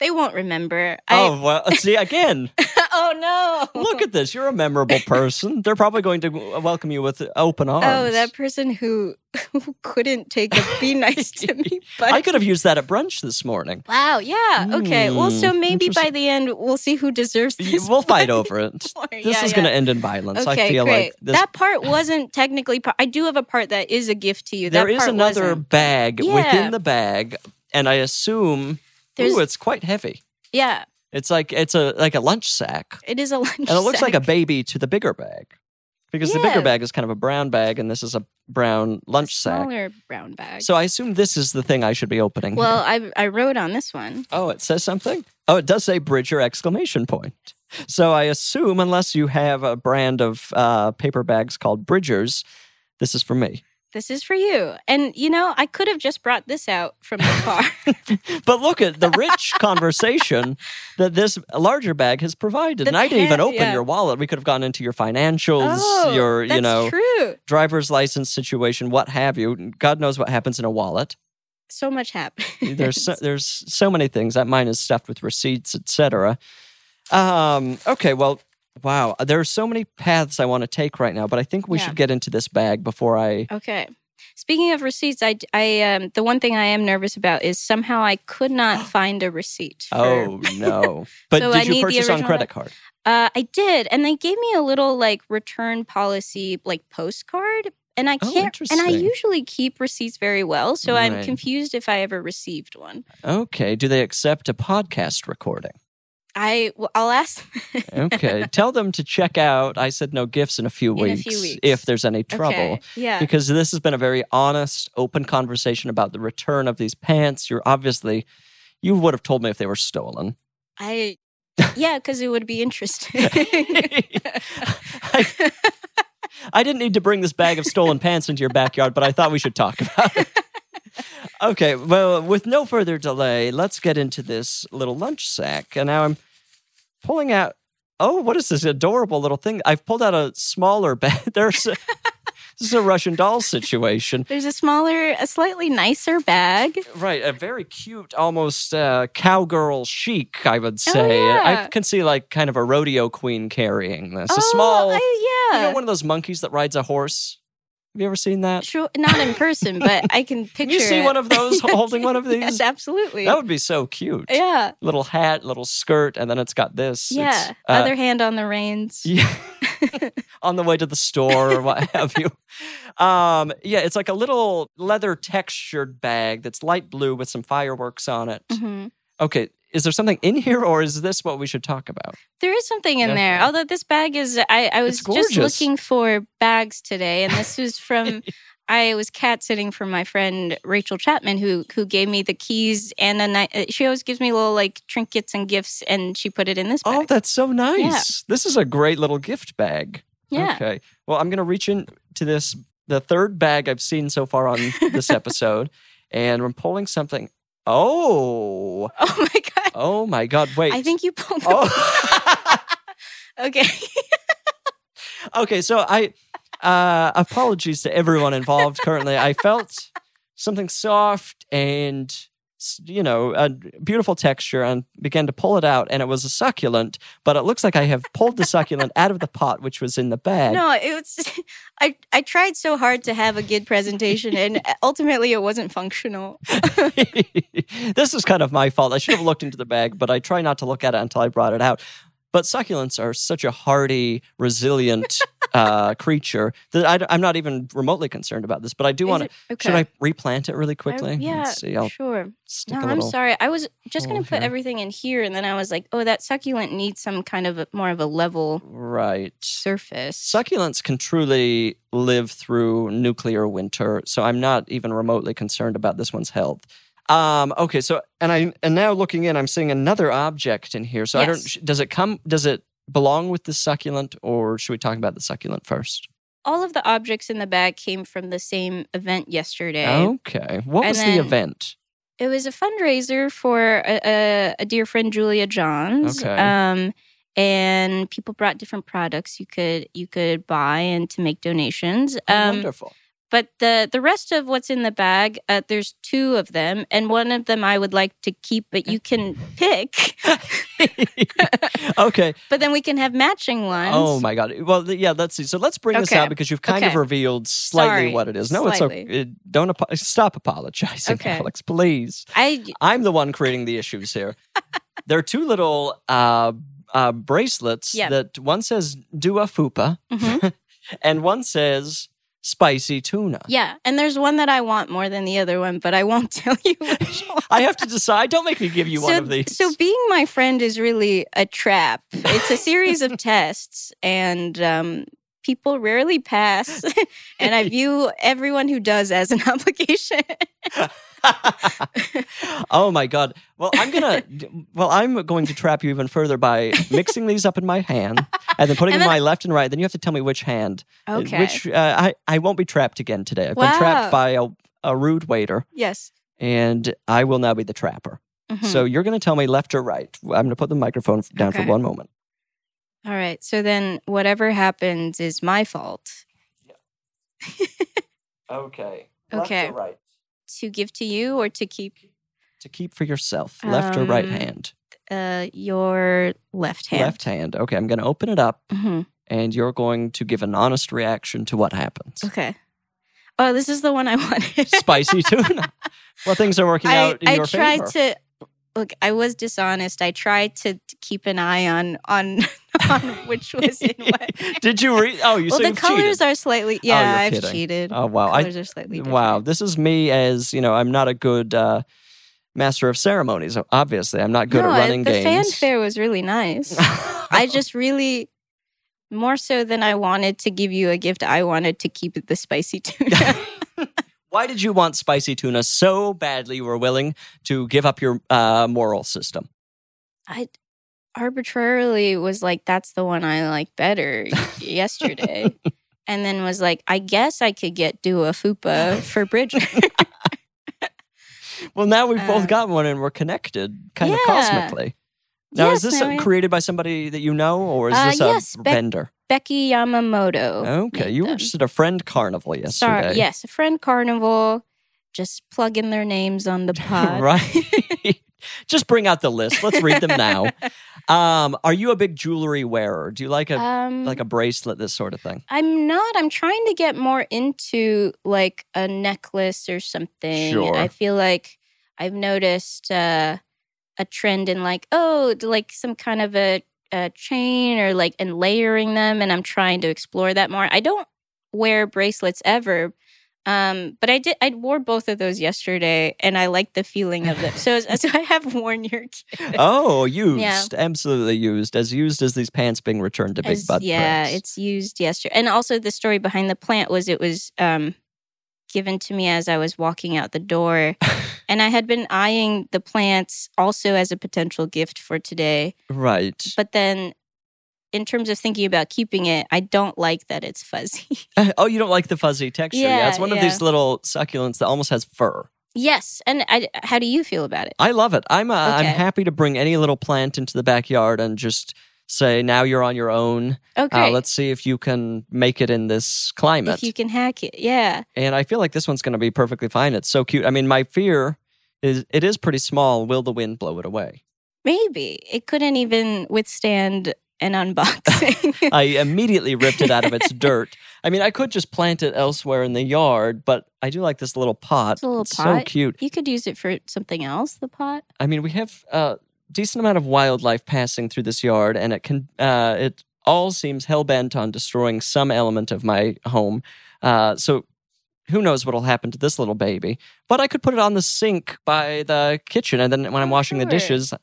S3: They won't remember.
S2: oh, well, see, again,
S3: I, oh no!
S2: look at this. You're a memorable person. They're probably going to welcome you with open arms.
S3: Oh, that person who who couldn't take a be nice to me. But
S2: I could have used that at brunch this morning.
S3: wow, yeah, okay. Well, so
S2: Hmm,
S3: maybe by
S2: interesting.
S3: the end we'll see who deserves this.
S2: We'll fight over it.
S3: more.
S2: This
S3: Yeah,
S2: is
S3: yeah.
S2: going to end in violence. I
S3: Okay,
S2: feel
S3: great.
S2: like this
S3: that part wasn't technically. Part, I do have a part that is a gift to you.
S2: There
S3: that
S2: is
S3: part
S2: another
S3: wasn't.
S2: bag
S3: Yeah.
S2: within the bag, and I assume
S3: There's-
S2: ooh, it's quite heavy.
S3: Yeah,
S2: It's like it's a like a lunch sack,
S3: it is a lunch.
S2: and it looks like
S3: sack.
S2: a baby to the bigger bag, because the bigger
S3: Yeah.
S2: bag is kind of a brown bag, and this is a brown lunch sack.
S3: smaller brown bag.
S2: So I assume this is the thing I should be opening.
S3: well,
S2: here.
S3: I I wrote on this one.
S2: oh, it says something. Oh, it does say Bridger exclamation point. So I assume, unless you have a brand of uh, paper bags called Bridgers, this is for me.
S3: This is for you. And you know, I could have just brought this out from the car.
S2: But look at the rich conversation that this larger bag has provided.
S3: The
S2: and I didn't
S3: pan-
S2: even open
S3: yeah.
S2: your wallet. We could have gone into your financials,
S3: oh,
S2: your,
S3: that's
S2: you know,
S3: true.
S2: driver's license situation, what have you. God knows what happens in a wallet.
S3: So much happened.
S2: There's so, there's so many things. That mine is stuffed with receipts, etc. Um, okay, well, wow. There are so many paths I want to take right now, but I think we
S3: Yeah.
S2: should get into this bag before I
S3: Okay. Speaking of receipts, I, I um, the one thing I am nervous about is somehow I could not find a receipt. For,
S2: Oh no. But
S3: So
S2: did
S3: I
S2: you
S3: need the
S2: purchase on
S3: original
S2: credit
S3: bag?
S2: card?
S3: uh, I did, and they gave me a little like return policy like postcard, and I
S2: Oh,
S3: can't. and I
S2: interesting.
S3: usually keep receipts very well, so I'm
S2: Right.
S3: confused if I ever received one.
S2: Okay. Do they accept a podcast recording?
S3: I well, I'll ask.
S2: okay. Tell them to check out I Said No Gifts in a few,
S3: In a
S2: weeks,
S3: few weeks.
S2: if there's any trouble.
S3: Okay. Yeah.
S2: Because this has been a very honest, open conversation about the return of these pants. You're obviously, you would have told me if they were stolen.
S3: I yeah, because it would be interesting.
S2: I, I didn't need to bring this bag of stolen pants into your backyard, but I thought we should talk about it. Okay, well, with no further delay, let's get into this little lunch sack. And now I'm pulling out. Oh, what is this adorable little thing? I've pulled out a smaller bag. There's a, this is a Russian doll situation,
S3: There's a smaller, a slightly nicer bag.
S2: right? A very cute, almost uh, cowgirl chic, I would say. I
S3: Oh, yeah.
S2: can see like kind of a rodeo queen carrying this. a small,
S3: Oh, I- yeah.
S2: You know, one of those monkeys that rides a horse. Have you ever seen that?
S3: Sure, not in person, but I can
S2: Have
S3: picture.
S2: you see
S3: it.
S2: one of those holding one of these?
S3: Yes, absolutely.
S2: That would be so cute.
S3: yeah,
S2: Little hat, little skirt, and then it's got this. It's,
S3: yeah.
S2: uh,
S3: Other hand on the reins.
S2: yeah. on the way to the store or what have you. Um, yeah, it's like a little leather textured bag that's light blue with some fireworks on it.
S3: Mhm.
S2: Okay, is there something in here or is this what we should talk about?
S3: There is something in there.
S2: Okay.
S3: Although this bag is, I, I was
S2: It's
S3: just
S2: gorgeous.
S3: looking for bags today, and this was from. I was cat sitting for my friend Rachel Chapman, who who gave me the keys and a ni- uh, She always gives me little like trinkets and gifts, and she put it in this bag.
S2: Oh, that's so nice. This is a great little gift bag.
S3: yeah.
S2: Okay. Well, I'm going to reach into this, the third bag I've seen so far on this episode, and I'm pulling something. Oh,
S3: Oh my god.
S2: oh my God. Wait.
S3: I think you pulled. the-
S2: Oh.
S3: Okay.
S2: okay. So I, uh, apologies to everyone involved currently. I felt something soft and, s- you know, a beautiful texture and began to pull it out, and it was a succulent, but it looks like I have pulled the succulent out of the pot, which was in the bag.
S3: No, it was. I I tried so hard to have a good presentation, and uh, ultimately it wasn't functional.
S2: this is kind of my fault. I should have looked into the bag, but I try not to look at it until I brought it out. But succulents are such a hardy, resilient uh, creature that I, am not even remotely concerned about this. But I do
S3: Is
S2: want to.
S3: it- okay.
S2: Should I replant it really quickly?
S3: I- yeah,
S2: Let's see. I'll
S3: sure.
S2: stick
S3: No,
S2: a
S3: I'm
S2: little.
S3: sorry. I was just
S2: hole
S3: gonna put
S2: here.
S3: everything in here, and then I was like, oh, that succulent needs some kind of a, more of a level
S2: Right.
S3: surface.
S2: Succulents can truly live through nuclear winter, so I'm not even remotely concerned about this one's health. Um, okay, so and I and now looking in, I'm seeing another object in here. So I don't.
S3: Yes.
S2: sh- Does it come? Does it belong with the succulent, or should we talk about the succulent first?
S3: All of the objects in the bag came from the same event yesterday.
S2: Okay. What
S3: And
S2: was the
S3: then-
S2: event?
S3: It was a fundraiser for a, a, a dear friend, Julia Johns.
S2: Okay.
S3: Um, and people brought different products you could you could buy and to make donations.
S2: Oh,
S3: Um,
S2: Wonderful.
S3: but the the rest of what's in the bag, uh, there's two of them, and one of them I would like to keep, but you can pick.
S2: okay.
S3: but then we can have matching ones.
S2: Oh my God. Well, th- yeah. Let's see. So let's bring this
S3: Okay.
S2: out because you've kind of
S3: Okay.
S2: revealed slightly
S3: Sorry.
S2: what it is. No, it's okay.
S3: Slightly.
S2: it- Don't apo- stop apologizing,
S3: Okay.
S2: Alex. Please.
S3: I
S2: I'm the one creating the issues here. there are two little uh, uh, bracelets
S3: Yeah.
S2: that one says Dua Fupa
S3: mhm.
S2: and one says spicy tuna.
S3: yeah, and there's one that I want more than the other one, but I won't tell you which one.
S2: I have to decide. Don't make me give you
S3: so,
S2: one of these.
S3: so being my friend is really a trap. It's a series of tests, and um, people rarely pass. and I view everyone who does as an obligation.
S2: oh my god. Well, I'm going to well, I'm going to trap you even further by mixing these up in my hand and then putting
S3: And
S2: them in
S3: then-
S2: my left and right. Then you have to tell me which hand. uh,
S3: Okay.
S2: Which uh, I I won't be trapped again today. I've been trapped
S3: Wow.
S2: by a a rude waiter
S3: yes.
S2: and I will now be the trapper.
S3: Mhm.
S2: So you're going to tell me left or right. I'm going to put the microphone f- down
S3: Okay.
S2: for one moment.
S3: All right. So then whatever happens is my fault
S2: Okay.
S3: Left or Okay.
S2: right.
S3: to give to you or to keep
S2: To keep for yourself, left or right
S3: Um,
S2: hand.
S3: uh, your left hand.
S2: Left hand. Okay, I'm going to open it up
S3: Mhm.
S2: and you're going to give an honest reaction to what happens.
S3: Okay. Oh, this is the one I wanted.
S2: Spicy tuna. Well, things are working
S3: I,
S2: out in
S3: I
S2: your
S3: tried
S2: favor.
S3: to look. I was dishonest. I tried to t- keep an eye on on on which was in what.
S2: Did you read? Oh, you
S3: well,
S2: so
S3: the
S2: you've
S3: colors
S2: cheated. Oh,
S3: are slightly. Yeah,
S2: you're
S3: I've
S2: kidding.
S3: cheated.
S2: Oh wow! I,
S3: colors are slightly. Different.
S2: wow, this is me as you know. I'm not a good uh, master of ceremonies. Obviously, I'm not good
S3: no,
S2: at
S3: I-
S2: running
S3: the
S2: games.
S3: fanfare was really nice. I just really. More so than I wanted to give you a gift, I wanted to keep it the spicy tuna.
S2: Why did you want spicy tuna so badly? You were willing to give up your uh, moral system.
S3: I arbitrarily was like, that's the one I like better yesterday. and then was like, I guess I could get Dua Fupa for Bridger.
S2: Well, now we've both
S3: Um,
S2: got one and we're connected, kind of
S3: yeah.
S2: cosmically. Now, is
S3: Yes,
S2: this
S3: now I-
S2: created by somebody that you know, or is
S3: Uh,
S2: this a
S3: yes, Beck-
S2: vendor?
S3: Becky Yamamoto.
S2: Okay,
S3: made
S2: you were
S3: Oh, them.
S2: just at a friend carnival yesterday.
S3: Sorry. Yes, a friend carnival. Just plug in their names on the pod.
S2: right. just bring out the list. Let's read them now. um, are you a big jewelry wearer? Do you like a
S3: Um,
S2: like a bracelet, this sort of thing?
S3: I'm not. I'm trying to get more into like a necklace or something.
S2: Sure.
S3: I feel like I've noticed uh, a trend in like oh, d- like some kind of a, a chain or like and layering them, and I'm trying to explore that more. I don't wear bracelets ever. Um, but I did. I wore both of those yesterday, and I like the feeling of them. So, so I have worn your kit.
S2: Oh, used, absolutely used, as used as these pants being returned to Big
S3: As-
S2: Bud.
S3: yeah,
S2: Prince.
S3: it's used yesterday. And also, the story behind the plant was it was um, given to me as I was walking out the door, and I had been eyeing the plants also as a potential gift for today.
S2: right.
S3: But then, in terms of thinking about keeping it, I don't like that it's fuzzy.
S2: oh, you don't like the fuzzy texture?
S3: Yeah,
S2: it's one of
S3: yeah.
S2: these little succulents that almost has fur.
S3: yes, and I, how do you feel about it?
S2: I love it. I'm uh, I'm
S3: Okay.
S2: happy to bring any little plant into the backyard and just say, now you're on your own.
S3: Okay,
S2: Uh, let's see if you can make it in this climate.
S3: Oh, if you can hack it, yeah.
S2: and I feel like this one's going to be perfectly fine. It's so cute. I mean, my fear is it is pretty small. Will the wind blow it away?
S3: Maybe it couldn't even withstand an unboxing.
S2: I immediately ripped it out of its dirt. I mean, I could just plant it elsewhere in the yard, but I do like this little pot.
S3: It's a little
S2: so
S3: pot.
S2: cute.
S3: you could use it for something else. The pot.
S2: I mean, we have a decent amount of wildlife passing through this yard, and it can uh, it all seems hell bent on destroying some element of my home. Uh, so who knows what'll happen to this little baby? But I could put it on the sink by the kitchen, and then when I'm
S3: Oh,
S2: washing the
S3: sure.
S2: dishes,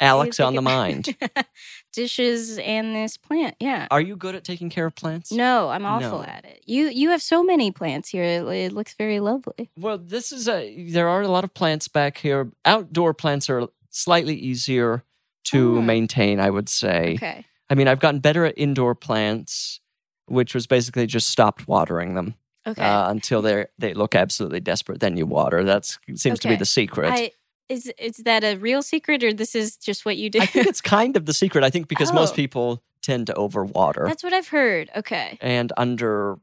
S2: Alex
S3: You
S2: on the
S3: think
S2: mind.
S3: about dishes and this plant. Yeah.
S2: Are you good at taking care of plants?
S3: No, I'm awful
S2: No.
S3: at it. You you have so many plants here. It, it looks very lovely.
S2: Well, this is a. There are a lot of plants back here. Outdoor plants are slightly easier to
S3: Ah.
S2: maintain, I would say.
S3: Okay.
S2: I mean, I've gotten better at indoor plants, which was basically just stopped watering them
S3: Okay.
S2: uh, until they they look absolutely desperate. Then you water. That seems to be
S3: Okay.
S2: the secret.
S3: I, is is that a real secret or this is just what you do?
S2: I think it's kind of the secret. I think because most
S3: Oh.
S2: people tend to overwater
S3: That's what I've heard. Okay.
S2: and under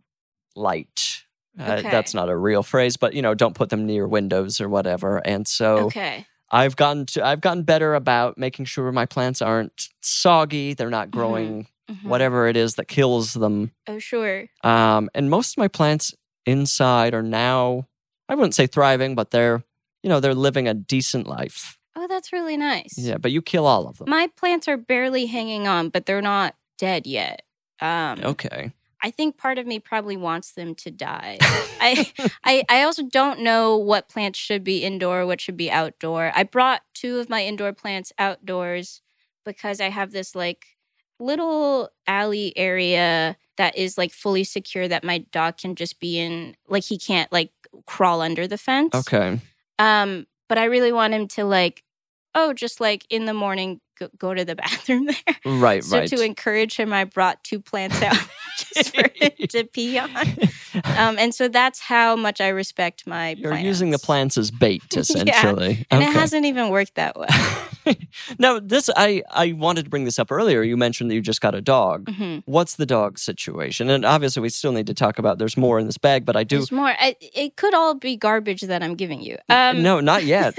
S2: light. Uh,
S3: Okay.
S2: That's not a real phrase, but you know, don't put them near windows or whatever. And so
S3: Okay.
S2: I've gotten to, I've gotten better about making sure my plants aren't soggy. They're not growing
S3: Mhm.
S2: whatever it is that kills them.
S3: Oh sure.
S2: Um, and most of my plants inside are now I wouldn't say thriving, but they're you know they're living a decent life.
S3: Oh, that's really nice.
S2: Yeah, but you kill all of them.
S3: My plants are barely hanging on, but they're not dead yet. Um,
S2: okay.
S3: I think part of me probably wants them to die. I, I I also don't know what plants should be indoor, what should be outdoor. I brought two of my indoor plants outdoors because I have this like little alley area that is like fully secure that my dog can just be in like he can't like crawl under the fence.
S2: Okay.
S3: Um but I really want him to like oh just like in the morning go, go to the bathroom there.
S2: Right.
S3: So
S2: right.
S3: to encourage him, I brought two plants out just for him to pee on. Um, and so that's how much I respect my
S2: You're using the
S3: plants.
S2: plants as bait, essentially.
S3: And it
S2: Okay.
S3: hasn't even worked that well.
S2: now, this I I wanted to bring this up earlier. You mentioned that you just got a dog.
S3: Mhm.
S2: What's the dog situation? And obviously, we still need to talk about. There's more in this bag, but I do.
S3: There's more. I, it could all be garbage that I'm giving you. Um,
S2: no, not yet.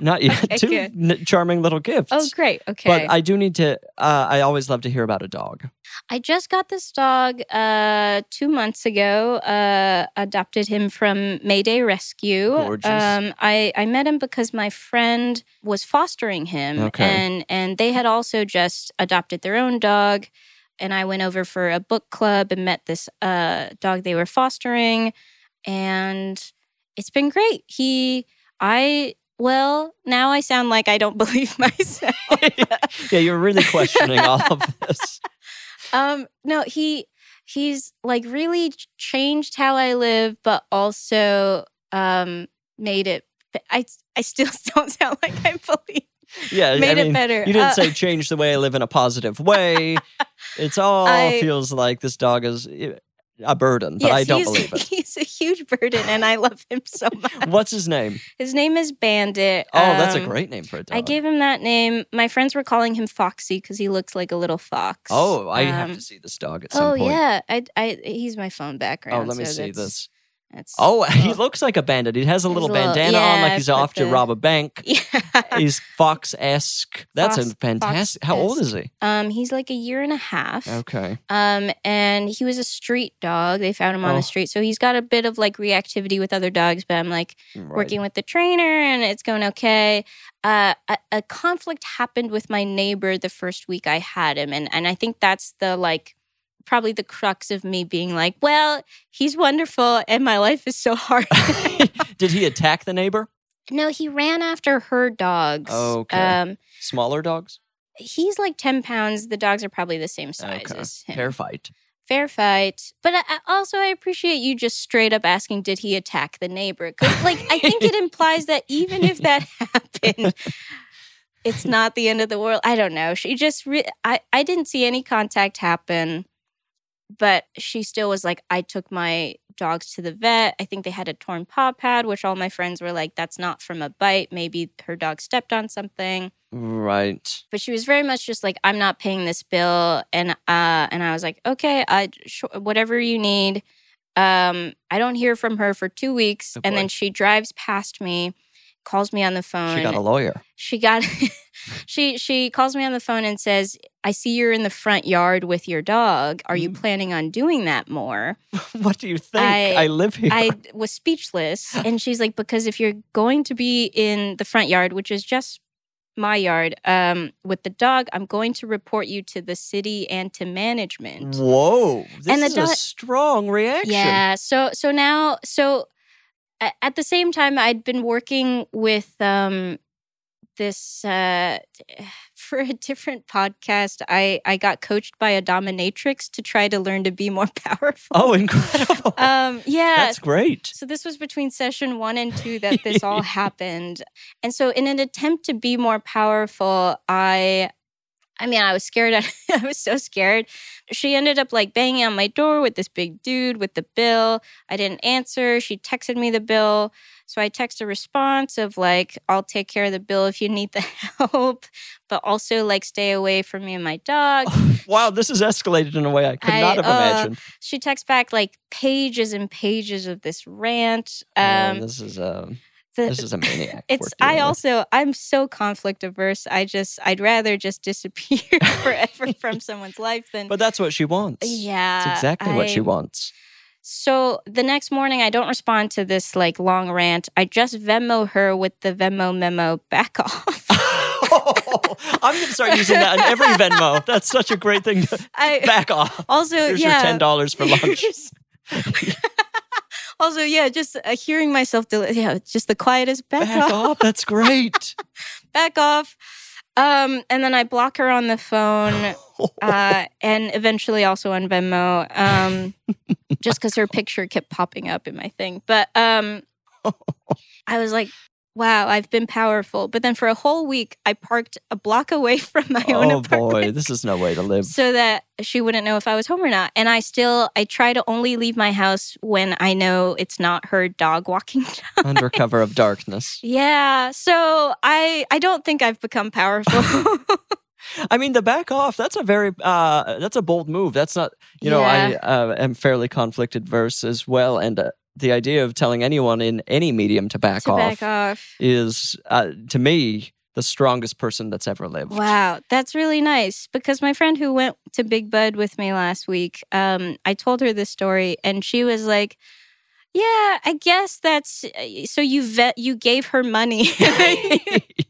S2: not yet.
S3: Okay,
S2: Two
S3: good.
S2: n- charming little gifts.
S3: Oh, great. Okay.
S2: But I do need to. Uh, I always love to hear about a dog.
S3: I just got this dog uh, two months ago. Uh, adopted him from Mayday Rescue.
S2: Gorgeous.
S3: Um, I I met him because my friend was fostering him,
S2: Okay.
S3: and and they had also just adopted their own dog. And I went over for a book club and met this uh, dog they were fostering, and it's been great. He I. Well, now I sound like I don't believe myself.
S2: yeah, you're really questioning all of this.
S3: Um, no, he he's like really ch- changed how I live, but also um made it. I I still don't sound like I believe
S2: Yeah,
S3: made
S2: I mean,
S3: it better.
S2: you didn't
S3: Uh,
S2: say change the way I live in a positive way. it's all
S3: I-
S2: feels like this dog is eh, a burden, but I don't
S3: he's,
S2: believe it.
S3: He's a huge burden, and I love him so much.
S2: What's his name?
S3: His name is Bandit.
S2: Oh, that's a
S3: Um,
S2: great name for a dog.
S3: I gave him that name. My friends were calling him Foxy because he looks like a little fox.
S2: Oh, I have
S3: Um,
S2: to see this dog at some
S3: Oh
S2: point.
S3: yeah, I, I he's my phone background.
S2: Oh, let me
S3: so
S2: see
S3: that's-
S2: this.
S3: That's,
S2: Oh, he
S3: oh.
S2: looks like a bandit. He has a
S3: He's
S2: little
S3: a little-
S2: bandana on,
S3: yeah,
S2: like he's
S3: with
S2: off to
S3: the-
S2: rob a bank.
S3: yeah.
S2: He's fox esque. That's a
S3: Fox-
S2: fantastic. How old is he?
S3: Um, he's like a year and a half.
S2: Okay.
S3: Um, and he was a street dog. They found him on
S2: Oh.
S3: the street, so he's got a bit of like reactivity with other dogs. But I'm like
S2: Right.
S3: working with the trainer, and it's going okay. Uh, a, a conflict happened with my neighbor the first week I had him, and and I think that's the like probably the crux of me being like, well, he's wonderful, and my life is so hard.
S2: Did he attack the neighbor?
S3: no, he ran after her dogs.
S2: Okay.
S3: Um,
S2: Smaller dogs?
S3: he's like ten pounds. The dogs are probably the same size
S2: Okay.
S3: as him.
S2: Hair fight.
S3: fair fight. But I, I also, I appreciate you just straight up asking, did he attack the neighbor? 'Cause, like, I think it implies that even if that happened, it's not the end of the world. I don't know. She just, re- I, I didn't see any contact happen, but she still was like, I took my dogs to the vet. I think they had a torn paw pad, which all my friends were like, that's not from a bite. Maybe her dog stepped on something
S2: Right.
S3: but she was very much just like i'm not paying this bill and uh and i was like okay i sh- whatever you need um i don't hear from her for two weeks
S2: Oh,
S3: and
S2: boy.
S3: then she drives past me calls me on the phone
S2: She got a lawyer.
S3: she got she she calls me on the phone and says i see you're in the front yard with your dog are you
S2: Mm.
S3: planning on doing that more
S2: what do you think? I,
S3: I-
S2: live here.
S3: I was speechless. And she's like, because if you're going to be in the front yard, which is just my yard, um, with the dog, I'm going to report you to the city and to management.
S2: Whoa. This
S3: And the
S2: is a
S3: dog-
S2: strong reaction.
S3: Yeah. So so now so a- at the same time I'd been working with um this uh for a different podcast I I got coached by a dominatrix to try to learn to be more powerful.
S2: Oh, incredible.
S3: Um yeah.
S2: That's great.
S3: So this was between session one and two that this all happened. And so in an attempt to be more powerful, I I mean, I was scared. I was so scared. She ended up like banging on my door with this big dude with the bill. I didn't answer. She texted me the bill. So I text a response of like, I'll take care of the bill if you need the help, but also like stay away from me and my dog.
S2: Wow, this has escalated in a way I could
S3: I-
S2: not have
S3: uh,
S2: imagined.
S3: she texts back like pages and pages of this rant.
S2: Man,
S3: Um,
S2: this is a
S3: the-
S2: this is a maniac. we're
S3: it's I
S2: dealing with.
S3: also I'm so conflict averse. I just I'd rather just disappear forever from someone's life than
S2: But that's what she wants.
S3: yeah.
S2: It's exactly what she
S3: I-
S2: wants.
S3: So the next morning I don't respond to this like long rant. I just Venmo her with the Venmo memo back off.
S2: I'm going to start using that on every Venmo. That's such a great thing. To
S3: I
S2: back off.
S3: also
S2: Here's
S3: yeah.
S2: your ten dollars for lunch.
S3: also yeah, just uh, hearing myself del- yeah, just the quietest back,
S2: Back
S3: off.
S2: off. That's great.
S3: back off. Um, and then I block her on the phone uh, and eventually also on Venmo, um, just because her picture kept popping up in my thing. But um, I was like, wow, I've been powerful. But then for a whole week, I parked a block away from my own
S2: oh
S3: apartment.
S2: boy, this is no way to live.
S3: So that she wouldn't know if I was home or not. And I still, I try to only leave my house when I know it's not her dog walking time.
S2: under cover of darkness.
S3: Yeah. So I, I don't think I've become powerful.
S2: I mean, the back off. That's a very uh, that's a bold move. That's not you know
S3: Yeah.
S2: I uh, am fairly conflict adverse as well, and uh, the idea of telling anyone in any medium to back,
S3: to
S2: off,
S3: back off.
S2: is uh, to me the strongest person that's ever lived.
S3: Wow, that's really nice because my friend who went to Big Bud with me last week, um, I told her this story and she was like, "Yeah, I guess that's uh, so you vet, you gave her money."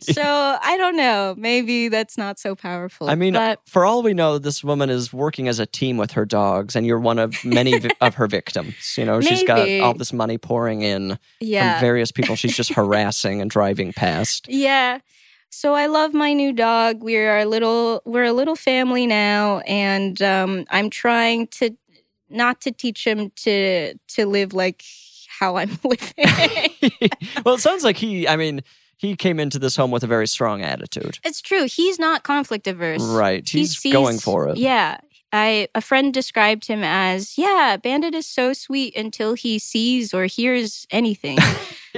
S3: so I don't know, maybe that's not so powerful.
S2: I mean,
S3: but
S2: for all we know, this woman is working as a team with her dogs, and you're one of many vi- of her victims. You know, she's got
S3: Maybe.
S2: all this money pouring in
S3: yeah,
S2: from various people she's just harassing and driving past.
S3: yeah. So I love my new dog. We're a little we're a little family now, and um, I'm trying to not to teach him to to live like how I'm living.
S2: well, it sounds like he, I mean, he came into this home with a very strong attitude.
S3: It's true. He's not conflict averse.
S2: Right.
S3: He
S2: He's
S3: sees-
S2: going for it.
S3: Yeah. I a friend described him as, yeah, Bandit is so sweet until he sees or hears anything.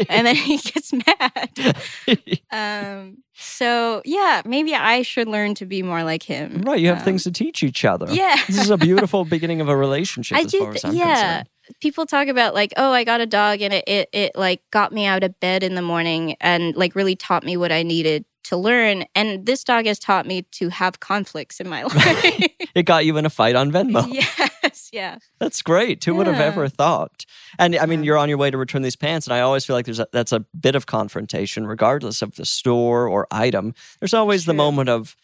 S3: and then he gets mad. um so yeah, maybe I should learn to be more like him.
S2: Right. You have
S3: Um,
S2: things to teach each other.
S3: Yeah.
S2: This is a beautiful beginning of a relationship
S3: I
S2: as
S3: do
S2: far as
S3: th-
S2: I'm
S3: yeah.
S2: concerned.
S3: people talk about like oh i got a dog and it, it it like got me out of bed in the morning and like really taught me what i needed to learn and this dog has taught me to have conflicts in my life
S2: It got you in a fight on Venmo.
S3: yes yeah
S2: That's great. Who would have
S3: Yeah.
S2: ever thought? And I mean,
S3: Yeah.
S2: you're on your way to return these pants, and I always feel like there's a, that's a bit of confrontation, regardless of the store or item. There's always the
S3: True.
S2: moment of,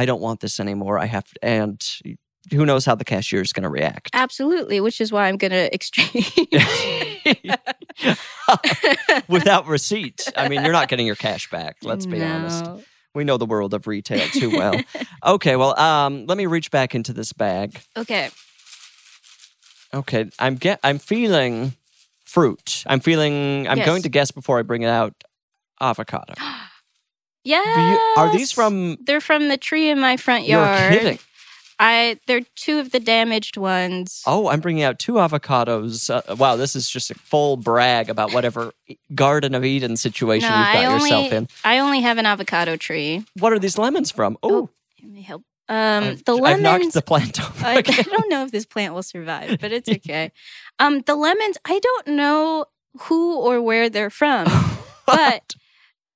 S2: I don't want this anymore. I have, and who knows how the cashier is going to react.
S3: absolutely which is why i'm gonna exchange
S2: Without receipt, I mean, you're not getting your cash back. Let's be honest.
S3: No.
S2: We know the world of retail too well. okay, well, um, let me reach back into this bag.
S3: okay
S2: Okay, I'm get I'm feeling fruit. I'm feeling I'm
S3: Yes.
S2: going to guess before I bring it out avocado.
S3: yeah
S2: Do you, are these from
S3: they're from the tree in my front
S2: You're
S3: yard
S2: kidding.
S3: i they're two of the damaged ones
S2: Oh, I'm bringing out two avocados. Uh, wow, this is just a full brag about whatever Garden of Eden situation you've got
S3: I only,
S2: yourself in.
S3: I only have an avocado tree.
S2: What are these lemons from? Oh,
S3: Let me help. Um,
S2: I've,
S3: the
S2: I've
S3: lemons.
S2: knocked the plant over.
S3: I, I
S2: again.
S3: don't know if this plant will survive, but it's okay. um, the lemons, I don't know who or where they're from, but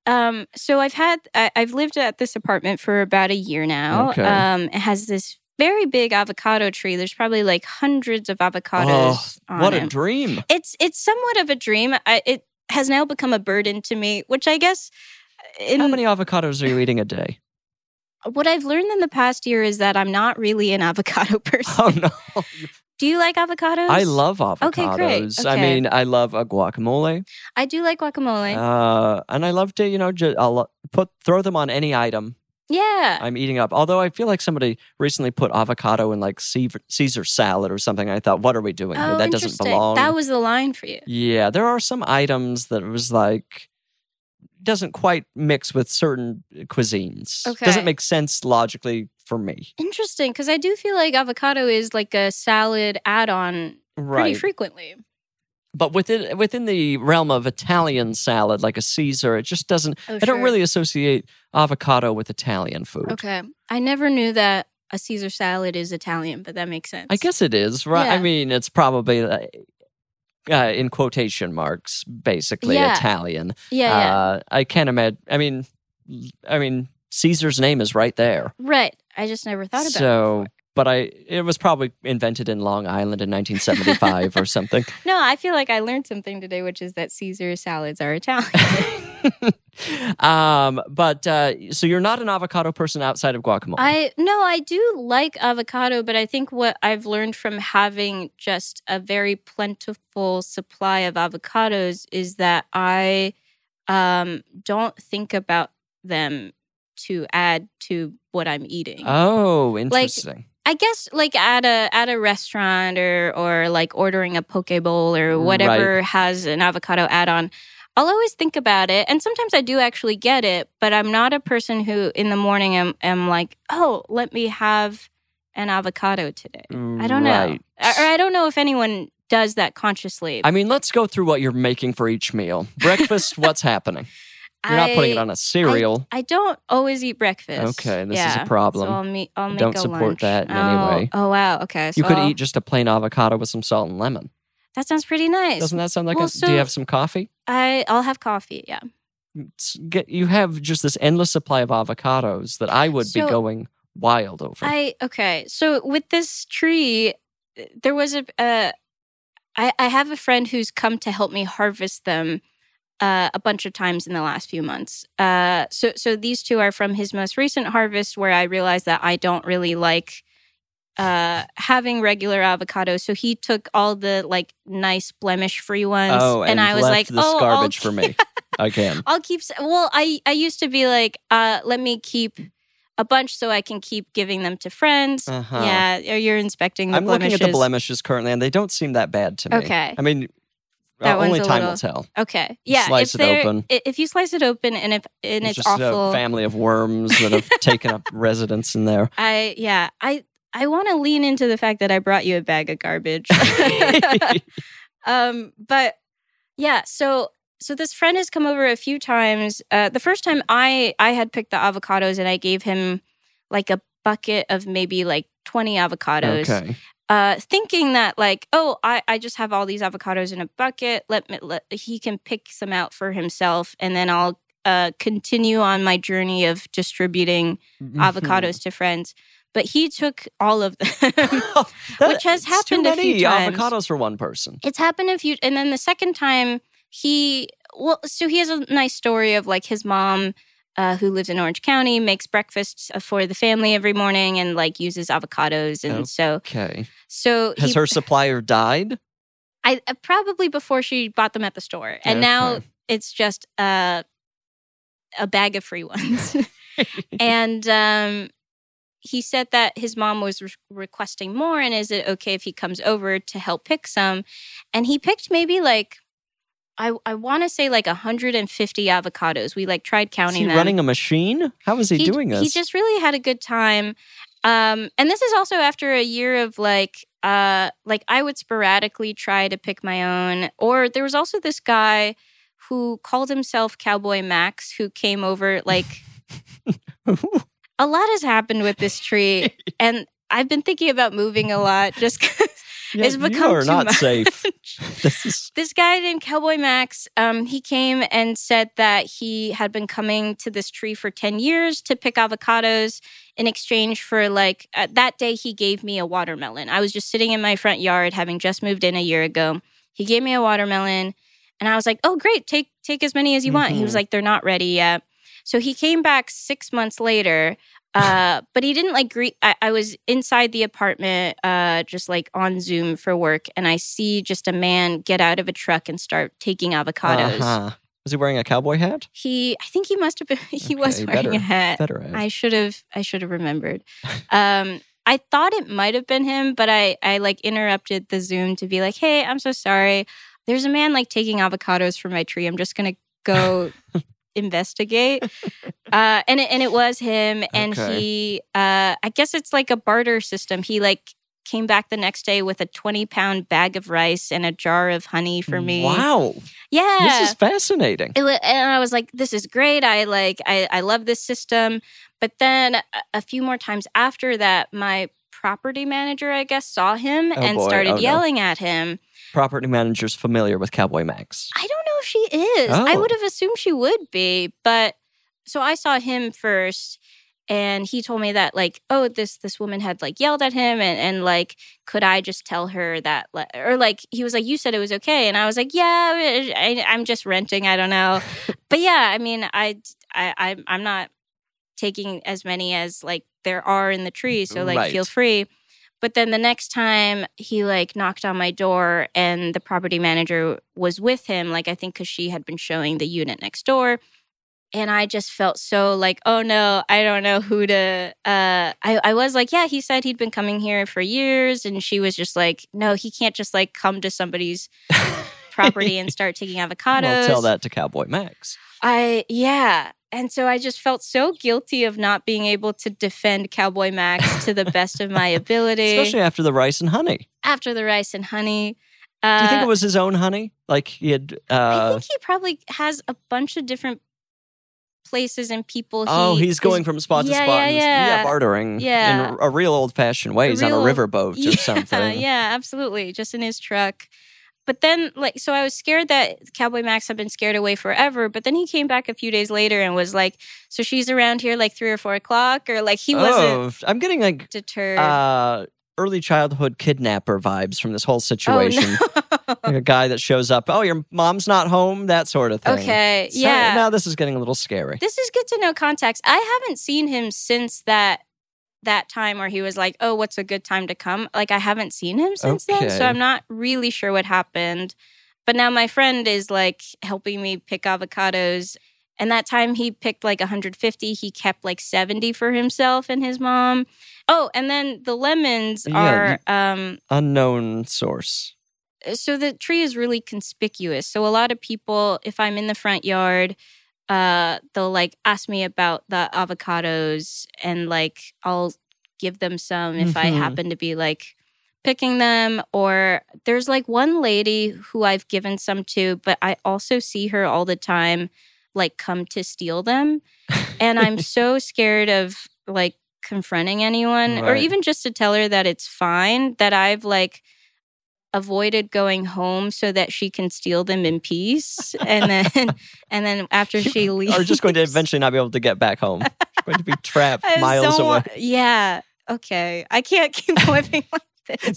S3: um, so I've had I, I've lived at this apartment for about a year now.
S2: Okay.
S3: Um, it has this very big avocado tree. There's probably like hundreds of avocados.
S2: Oh,
S3: on
S2: what
S3: it.
S2: a dream!
S3: It's it's somewhat of a dream. I, it has now become a burden to me, which I guess. uh, In,
S2: How many avocados are you eating a day?
S3: what I've learned in the past year is that I'm not really an avocado person.
S2: Oh no,
S3: Do you like avocados?
S2: I love avocados.
S3: Okay, great.
S2: I
S3: Okay.
S2: mean, I love a guacamole.
S3: I do like guacamole.
S2: Uh, and I love to, you know, ju- I'll lo- put throw them on any item
S3: yeah.
S2: I'm eating up. Although I feel like somebody recently put avocado in like Ce- Caesar salad or something. I thought, what are we doing here?
S3: oh,
S2: That doesn't
S3: interesting.
S2: belong.
S3: That was the line for you.
S2: yeah, there are some items that was like doesn't quite mix with certain cuisines.
S3: Okay.
S2: Doesn't make sense logically for me.
S3: Interesting, because I do feel like avocado is like a salad add-on pretty
S2: Right.
S3: frequently.
S2: but within within the realm of Italian salad, like a Caesar, it just doesn't.
S3: Oh,
S2: I don't
S3: sure.
S2: really associate avocado with Italian food.
S3: Okay, I never knew that a Caesar salad is Italian, but that makes sense.
S2: I guess it is right. I
S3: Yeah.
S2: mean, it's probably uh, uh, in quotation marks, basically
S3: Yeah.
S2: Italian.
S3: Yeah, yeah.
S2: Uh, I can't imagine. I mean, I mean, Caesar's name is right there.
S3: right. I just never thought about
S2: so, but I it was probably invented in Long Island in 1975 or something.
S3: it. No, I feel like I learned something today, which is that Caesar salads are Italian.
S2: um, but uh, so you're not an avocado person outside of guacamole.
S3: I no, I do like avocado, but I think what I've learned from having just a very plentiful supply of avocados is that I um, don't think about them to add to what I'm eating.
S2: oh, interesting.
S3: I guess like at a at a restaurant or or like ordering a poke bowl or
S2: Mm,
S3: whatever has an avocado add on. I'll always think about it, and sometimes I do actually get it, but I'm not a person who in the morning am am like, oh, let me have an avocado today. I don't know,
S2: Right.
S3: or or I don't know if anyone does that consciously.
S2: I mean, let's go through what you're making for each meal. Breakfast, what's happening? You're not putting it
S3: I-
S2: on a cereal.
S3: I don't always eat breakfast.
S2: Okay, this is a
S3: yeah.
S2: problem.
S3: So I'll, me- I'll make
S2: Don't
S3: a
S2: support
S3: lunch.
S2: that in
S3: oh,
S2: any way.
S3: Oh wow. Okay. So
S2: you could
S3: I'll-
S2: eat just a plain avocado with some salt and lemon.
S3: That sounds pretty nice.
S2: Doesn't that sound like
S3: Well,
S2: a? do
S3: so-
S2: you have some coffee?
S3: I I'll have coffee. Yeah.
S2: It's- Get, you have just this endless supply of avocados that I would be
S3: So-
S2: going wild over.
S3: I okay. So with this tree, there was a. Uh, I I have a friend who's come to help me harvest them. Uh, a bunch of times in the last few months. Uh, so, so these two are from his most recent harvest, where I realized that I don't really like uh, having regular avocados. So he took all the like nice blemish-free ones,
S2: oh, and,
S3: I was
S2: left
S3: like,
S2: this
S3: "Oh, I'll
S2: garbage for
S3: keep-
S2: me again.
S3: I'll keep. s- Well, I I used to be like, uh, let me keep a bunch so I can keep giving them to friends.
S2: Uh-huh.
S3: Yeah, or you're inspecting the
S2: I'm
S3: blemishes.
S2: looking at the blemishes currently, and they don't seem that bad to me.
S3: Okay.
S2: I mean,
S3: That
S2: uh,
S3: one's
S2: only
S3: a
S2: time
S3: little-
S2: will tell.
S3: Okay. Yeah.
S2: Slice
S3: if
S2: it
S3: they're-
S2: open.
S3: i- If you slice it open and if and it's,
S2: just a
S3: awful,
S2: family of worms that have taken up residence in there.
S3: I yeah I I want to lean into the fact that I brought you a bag of garbage. um, but yeah, so so this friend has come over a few times. Uh, the first time I I had picked the avocados and I gave him like a bucket of maybe like twenty avocados.
S2: Okay.
S3: uh, thinking that like oh I, I just have all these avocados in a bucket let me let he can pick some out for himself and then i'll uh, continue on my journey of distributing
S2: Mm-hmm.
S3: avocados to friends but he took all of them Which has
S2: it's
S3: happened
S2: too
S3: a few
S2: many
S3: times.
S2: avocados for one person.
S3: it's happened a few and then the second time he well so he has a nice story of like his mom uh, who lives in orange county makes breakfasts uh, for the family every morning and like uses avocados and
S2: Oh.
S3: so
S2: Okay.
S3: so
S2: Has
S3: he-
S2: her supplier died?
S3: I uh, probably before she bought them at the store, and now
S2: Okay.
S3: it's just uh, a bag of free ones. and um, he said that his mom was re- requesting more, and is it okay if he comes over to help pick some? And he picked maybe like I I want to say like 150 avocados. We like tried
S2: Is
S3: counting
S2: he
S3: them.
S2: running a machine? How is he, doing this?
S3: He just really had a good time. Um, and this is also after a year of like, uh, like I would sporadically try to pick my own. Or there was also this guy who called himself Cowboy Max, who came over. Like a lot has happened with this tree, and I've been thinking about moving a lot. Just 'cause
S2: Yeah,
S3: it's
S2: you
S3: become
S2: are
S3: too
S2: not
S3: much.
S2: safe. this is
S3: this guy named Cowboy Max, um, he came and said that he had been coming to this tree for 10 years to pick avocados in exchange for, like, uh, that day he gave me a watermelon. I was just sitting in my front yard having just moved in a year ago. He gave me a watermelon and I was like, oh, great, take, take as many as you want. He was
S2: Mhm.
S3: like, they're not ready yet. So he came back six months later, uh, but he didn't like greet. I, I was inside the apartment, uh, just like on Zoom for work, and I see just a man get out of a truck and start taking avocados.
S2: Uh-huh. Was he wearing a cowboy hat?
S3: He, I think he must have been. He was
S2: Okay,
S3: wearing
S2: better.
S3: a hat.
S2: Better have.
S3: Uh, I should have. I should have remembered. um, I thought it might have been him, but I, I like interrupted the Zoom to be like, "Hey, I'm so sorry. There's a man like taking avocados from my tree. I'm just gonna go investigate. uh, and it, and it was him. And
S2: Okay.
S3: he, uh, I guess it's like a barter system. He like came back the next day with a twenty pound bag of rice and a jar of honey for me.
S2: Wow.
S3: Yeah,
S2: This is fascinating.
S3: it, wa- and I was like, "This is great. I like, I, I love this system." But then a, a few more times after that, my property manager, I guess, saw him
S2: Oh,
S3: and
S2: boy.
S3: started
S2: Oh, no.
S3: yelling at him.
S2: Property manager's familiar with Cowboy Max.
S3: I don't know if she is. I
S2: Oh.
S3: would have assumed she would be, but so I saw him first and he told me that like oh this this woman had like yelled at him and and like could i just tell her that like, or like he was like you said it was okay and i was like yeah I, i'm just renting i don't know but yeah i mean i i I'm- i'm not taking as many as like there are in the tree so like
S2: Right.
S3: feel free but then the next time he like knocked on my door and the property manager was with him like i think because she had been showing the unit next door and i just felt so like oh no i don't know who to uh I, I was like yeah he said he'd been coming here for years and she was just like no he can't just like come to somebody's property and start taking avocados
S2: Well, tell that to Cowboy Max.
S3: I yeah. And so I just felt so guilty of not being able to defend Cowboy Max to the best of my ability.
S2: Especially after the rice and honey.
S3: after the rice and honey.
S2: Do
S3: Uh,
S2: you think it was his own honey? Like he had.
S3: I
S2: Uh,
S3: think he probably has a bunch of different places and people.
S2: oh,
S3: he
S2: he's going from spot to
S3: yeah,
S2: spot.
S3: yeah,
S2: and,
S3: yeah.
S2: bartering.
S3: Yeah.
S2: In a real old fashioned way.
S3: A
S2: He's on a
S3: real-
S2: riverboat
S3: yeah,
S2: or something.
S3: Yeah, absolutely. Just in his truck. But then, like, so I was scared that Cowboy Max had been scared away forever. But then he came back a few days later and was like, "So she's around here like three or four o'clock," or like he wasn't
S2: oh, I'm getting like
S3: deterred.
S2: uh, early childhood kidnapper vibes from this whole situation.
S3: Oh, no.
S2: Like a guy that shows up, oh, your mom's not home, that sort of thing.
S3: okay.
S2: So
S3: yeah.
S2: Now this is getting a little scary.
S3: This is good to know context. I haven't seen him since that that time where he was like, "Oh, what's a good time to come?" Like I haven't seen him since then, so
S2: Okay.
S3: I'm not really sure what happened. But now my friend is like helping me pick avocados. And that time he picked like 150, he kept like 70 for himself and his mom. Oh, and then the lemons
S2: Yeah,
S3: are um
S2: Unknown source.
S3: uh, so the tree is really conspicuous. So a lot of people, if I'm in the front yard, uh, they'll like ask me about the avocados, and like I'll give them some if I
S2: Mhm.
S3: happen to be like picking them. Or there's like one lady who I've given some to, but I also see her all the time, like come to steal them, and I'm so scared of like confronting anyone or
S2: Right.
S3: even just to tell her that it's fine that I've like avoided going home so that she can steal them in peace and then and then after she leaves
S2: Are just going to eventually not be able to get back home. You're going to be trapped
S3: I
S2: miles
S3: don't
S2: away.
S3: want- yeah okay i can't keep living like this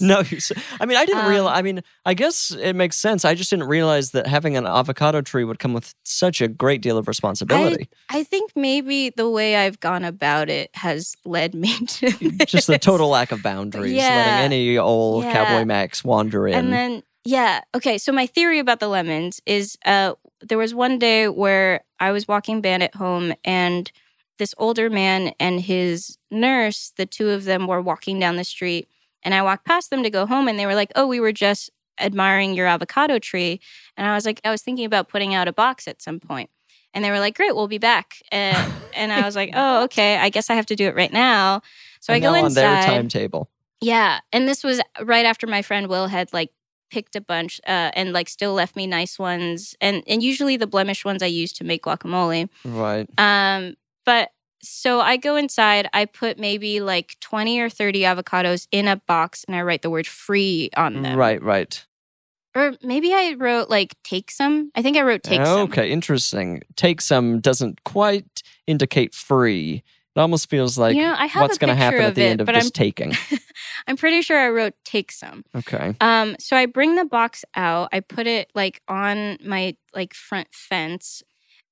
S2: No, you s- I mean, I didn't
S3: Um,
S2: realize. I mean, I guess it makes sense. I just didn't realize that having an avocado tree would come with such a great deal of responsibility.
S3: i think maybe the way i've gone about it has led me to
S2: just the
S3: this.
S2: total lack of boundaries,
S3: Yeah.
S2: letting any old
S3: Yeah.
S2: cowboy Max wander in.
S3: And then, yeah. Okay. So, my theory about the lemons is uh, there was one day where I was walking Bandit home, and this older man and his nurse, the two of them were walking down the street. And I walked past them to go home, and they were like, Oh, we were just admiring your avocado tree. And I was like, I was thinking about putting out a box at some point. And they were like, Great, we'll be back. And, and I was like, Oh, okay. I guess I have to do it right now. So,
S2: And
S3: I go
S2: now on
S3: inside.
S2: their timetable.
S3: Yeah, and this was right after my friend Will had like picked a bunch uh, and like still left me nice ones, and and usually the blemish ones I use to make guacamole.
S2: Right.
S3: Um, but so I go inside, I put maybe like twenty or thirty avocados in a box, and I write the word "free" on them.
S2: Right, right.
S3: Or maybe I wrote like "take some." I think I wrote "take some."
S2: okay, interesting. Take some doesn't quite indicate free. It almost feels like
S3: You know, I have
S2: what's
S3: a
S2: going to
S3: picture
S2: happen at
S3: of
S2: the
S3: it,
S2: end of
S3: but
S2: this
S3: I'm-
S2: taking.
S3: I'm pretty sure I wrote "take some."
S2: Okay.
S3: Um, so I bring the box out, I put it like on my like front fence,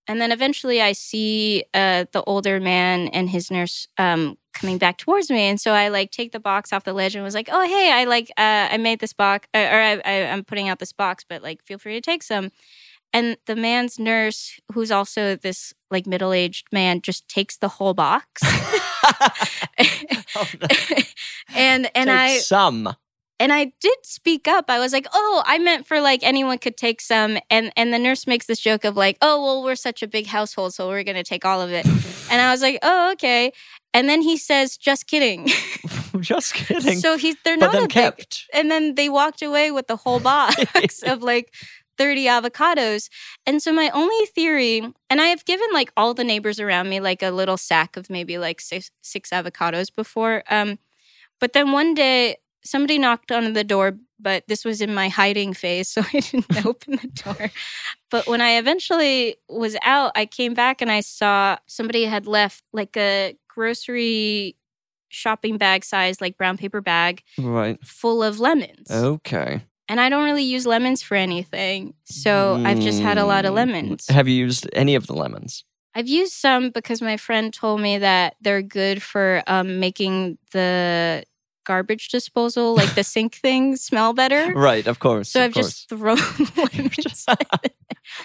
S3: and then eventually I see uh the older man and his nurse um coming back towards me, and so I like take the box off the ledge and was like, oh hey, I like uh I made this box or, or I, I I'm putting out this box, but like feel free to take some. And the man's nurse, who's also this like middle aged man, just takes the whole box.
S2: Oh, no.
S3: and
S2: Take
S3: and I
S2: some.
S3: and I did speak up. I was like, "Oh, I meant for like anyone could take some." And and the nurse makes this joke of like, "Oh, well, we're such a big household, so we're going to take all of it." and I was like, "Oh, okay." And then he says, "Just kidding."
S2: Just kidding.
S3: so he's they're
S2: but
S3: not
S2: then
S3: a big,
S2: kept.
S3: and then they walked away with the whole box of like 30 avocados. And so my only theory, and I have given like all the neighbors around me like a little sack of maybe like six, six avocados before. Um, but then one day somebody knocked on the door, but this was in my hiding phase, so I didn't open the door. But when I eventually was out, I came back and I saw somebody had left like a grocery shopping bag size, like brown paper bag
S2: Right.
S3: full of lemons.
S2: Oh. Okay.
S3: And I don't really use lemons for anything. So I've just had a lot of
S2: Mm.
S3: lemons.
S2: Have you used any of the lemons?
S3: I've used some because my friend told me that they're good for um, making the garbage disposal, like the sink thing, smell better.
S2: Right, of course.
S3: So
S2: of
S3: I've just thrown lemons.
S2: course.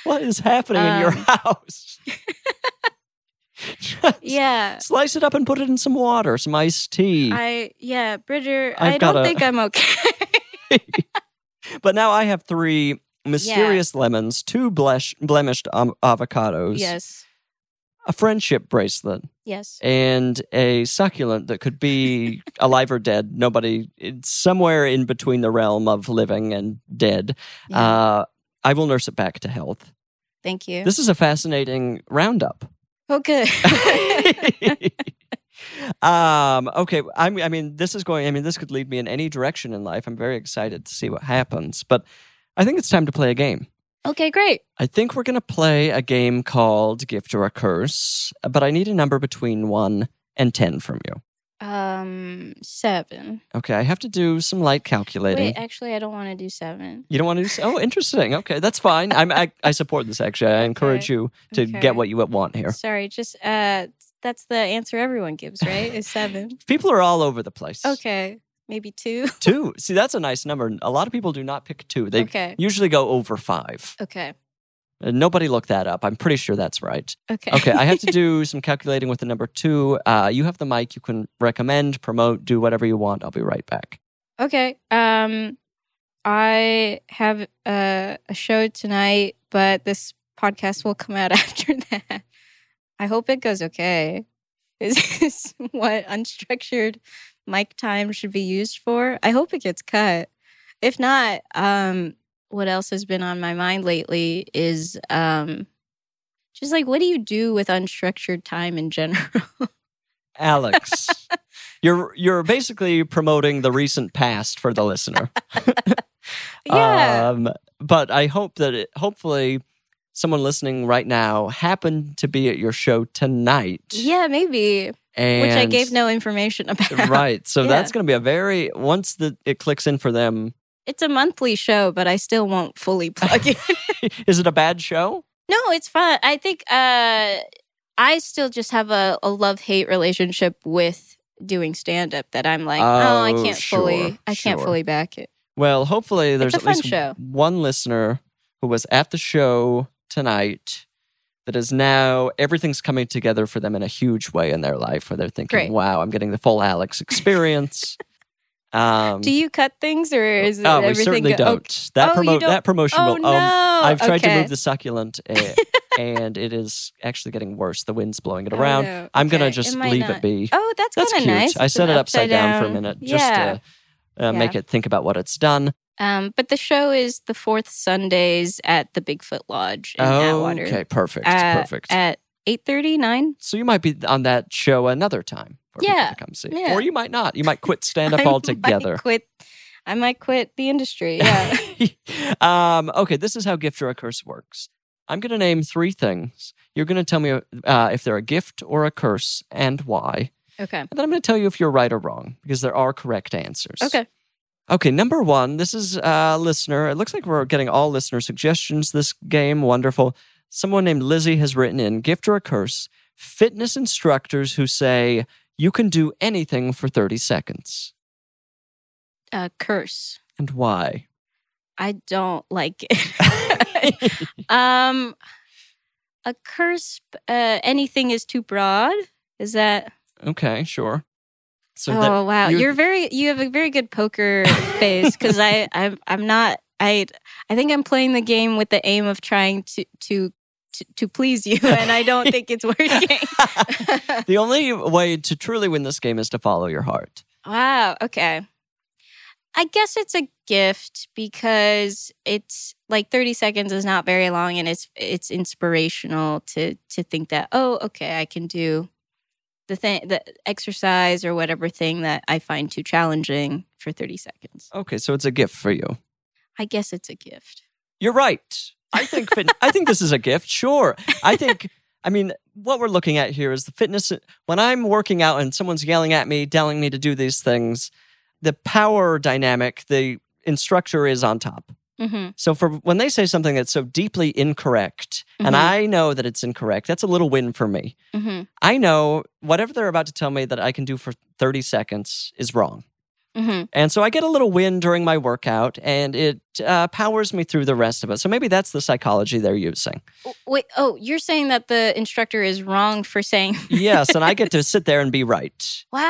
S2: What is happening in your
S3: Um,
S2: house? Just
S3: yeah.
S2: Slice it up and put it in some water, some iced tea.
S3: I, yeah, Bridger,
S2: I've
S3: I
S2: got
S3: don't
S2: a-
S3: think I'm okay.
S2: But now I have three mysterious lemons, two blesh, blemished um, avocados,
S3: yes.
S2: a friendship bracelet, Eh,
S3: Yes.
S2: and a succulent that could be alive or dead. Nobody, it's somewhere in between the realm of living and dead.
S3: Yeah.
S2: Uh, I will nurse it back to health.
S3: Thank you.
S2: This is a fascinating roundup.
S3: oh, good.
S2: um, okay, I'm, I mean, this is going. I mean, this could lead me in any direction in life. I'm very excited to see what happens. But I think it's time to play a game.
S3: okay, great.
S2: I think we're going to play a game called Gift or a Curse, but I need a number between one and ten from you.
S3: Um, seven.
S2: Okay, I have to do some light calculating.
S3: Wait, actually, I don't want to do seven.
S2: you don't want to do s Oh, interesting. Okay, that's fine. I'm, I, I support this, actually. I encourage
S3: Okay.
S2: you to
S3: Okay.
S2: get what you want here.
S3: Sorry, just uh that's the answer everyone gives, right? Is seven.
S2: People are all over the place.
S3: Okay. Maybe two.
S2: Two. See, that's a nice number. A lot of people do not pick two. They
S3: Okay.
S2: usually go over five.
S3: Okay.
S2: Uh, Nobody look that up. I'm pretty sure that's right.
S3: Okay.
S2: Okay, I have to do some calculating with the number two. Uh, you have the mic. You can recommend, promote, do whatever you want. I'll be right back.
S3: okay. Um I have uh, a show tonight, but this podcast will come out after that. I hope it goes okay. Is this what unstructured mic time should be used for? I hope it gets cut. If not, um, what else has been on my mind lately is um, just like, what do you do with unstructured time in general?
S2: Alex, you're you're basically promoting the recent past for the listener.
S3: yeah.
S2: Um, but I hope that it, hopefully someone listening right now happened to be at your show tonight.
S3: yeah, maybe.
S2: And
S3: Which I gave no information about.
S2: Right. So
S3: Yeah.
S2: that's going to be a very once the it clicks in for them.
S3: It's a monthly show, but I still won't fully plug it.
S2: Is it a bad show?
S3: no, it's fun. I think uh, I still just have a, a love hate relationship with doing stand up that I'm like, oh, I
S2: Oh,
S3: can't
S2: sure,
S3: fully, I can't
S2: sure.
S3: fully back it.
S2: Well, hopefully there's
S3: a
S2: at
S3: fun
S2: least
S3: show.
S2: one listener who was at the show tonight that is now everything's coming together for them in a huge way in their life where they're thinking,
S3: Great.
S2: "Wow, I'm getting the full Alex experience." um,
S3: Do you cut things or is it
S2: oh, we
S3: everything?
S2: certainly
S3: go-
S2: don't.
S3: Okay.
S2: That
S3: Oh, you
S2: promote
S3: don't-
S2: that promotion
S3: Oh
S2: will.
S3: no!
S2: Um, I've tried to
S3: Okay.
S2: move the succulent, eh, and it is actually getting worse. The wind's blowing it
S3: Oh,
S2: around.
S3: no.
S2: I'm gonna
S3: Okay.
S2: just
S3: might
S2: leave
S3: not-
S2: it be.
S3: Oh, that's,
S2: That's
S3: kind
S2: cute.
S3: of nice.
S2: I
S3: It's
S2: set
S3: an
S2: it upside down, for a minute just
S3: Yeah.
S2: to uh, make
S3: Yeah.
S2: it think about what it's done.
S3: Um, but the show is the fourth Sundays at the Bigfoot Lodge in Uh, Atwater.
S2: Oh, okay, perfect,
S3: at,
S2: perfect.
S3: At eight thirty nine.
S2: so you might be on that show another time. For people
S3: Yeah,
S2: to come see,
S3: yeah.
S2: or you might not. You might quit stand
S3: I
S2: up
S3: might
S2: altogether.
S3: quit. I might quit the industry. Yeah.
S2: um, okay, this is how gift or a curse works. I'm going to name three things. You're going to tell me uh, if they're a gift or a curse and why.
S3: okay.
S2: And then I'm going to tell you if you're right or wrong because there are correct answers.
S3: Okay.
S2: Okay, number one, this is a listener. It looks like we're getting all listener suggestions this game. Wonderful. Someone named Lizzie has written in Gift or a Curse fitness instructors who say you can do anything for 30 seconds.
S3: Uh, curse.
S2: And why?
S3: I don't like it. um, a curse. Uh, anything is too broad. Is that
S2: okay, sure. So that
S3: oh wow,
S2: you-
S3: you're very you have a very good poker face because I I'm I'm not I I think I'm playing the game with the aim of trying to to to, to please you, and I don't think it's working.
S2: the only way to truly win this game is to follow your heart.
S3: wow. Okay. I guess it's a gift because it's like 30 seconds is not very long, and it's it's inspirational to to think that oh okay I can do the thing the exercise or whatever thing that I find too challenging for 30 seconds.
S2: Okay, so it's a gift for you.
S3: I guess it's a gift.
S2: You're right. I think fit- I think this is a gift. Sure. I think I mean what we're looking at here is the fitness. When I'm working out and someone's yelling at me, telling me to do these things, the power dynamic, the instructor is on top.
S3: Mm-hmm.
S2: So for when they say something that's so deeply incorrect, and
S3: Mhm.
S2: I know that it's incorrect, that's a little win for me.
S3: Mm-hmm.
S2: I know whatever they're about to tell me that I can do for 30 seconds is wrong.
S3: Mm-hmm.
S2: And so I get a little win during my workout and it uh, powers me through the rest of it. So maybe that's the psychology they're using.
S3: Wait. Oh, you're saying that the instructor is wrong for saying
S2: Yes. And I get to sit there and be right.
S3: wow.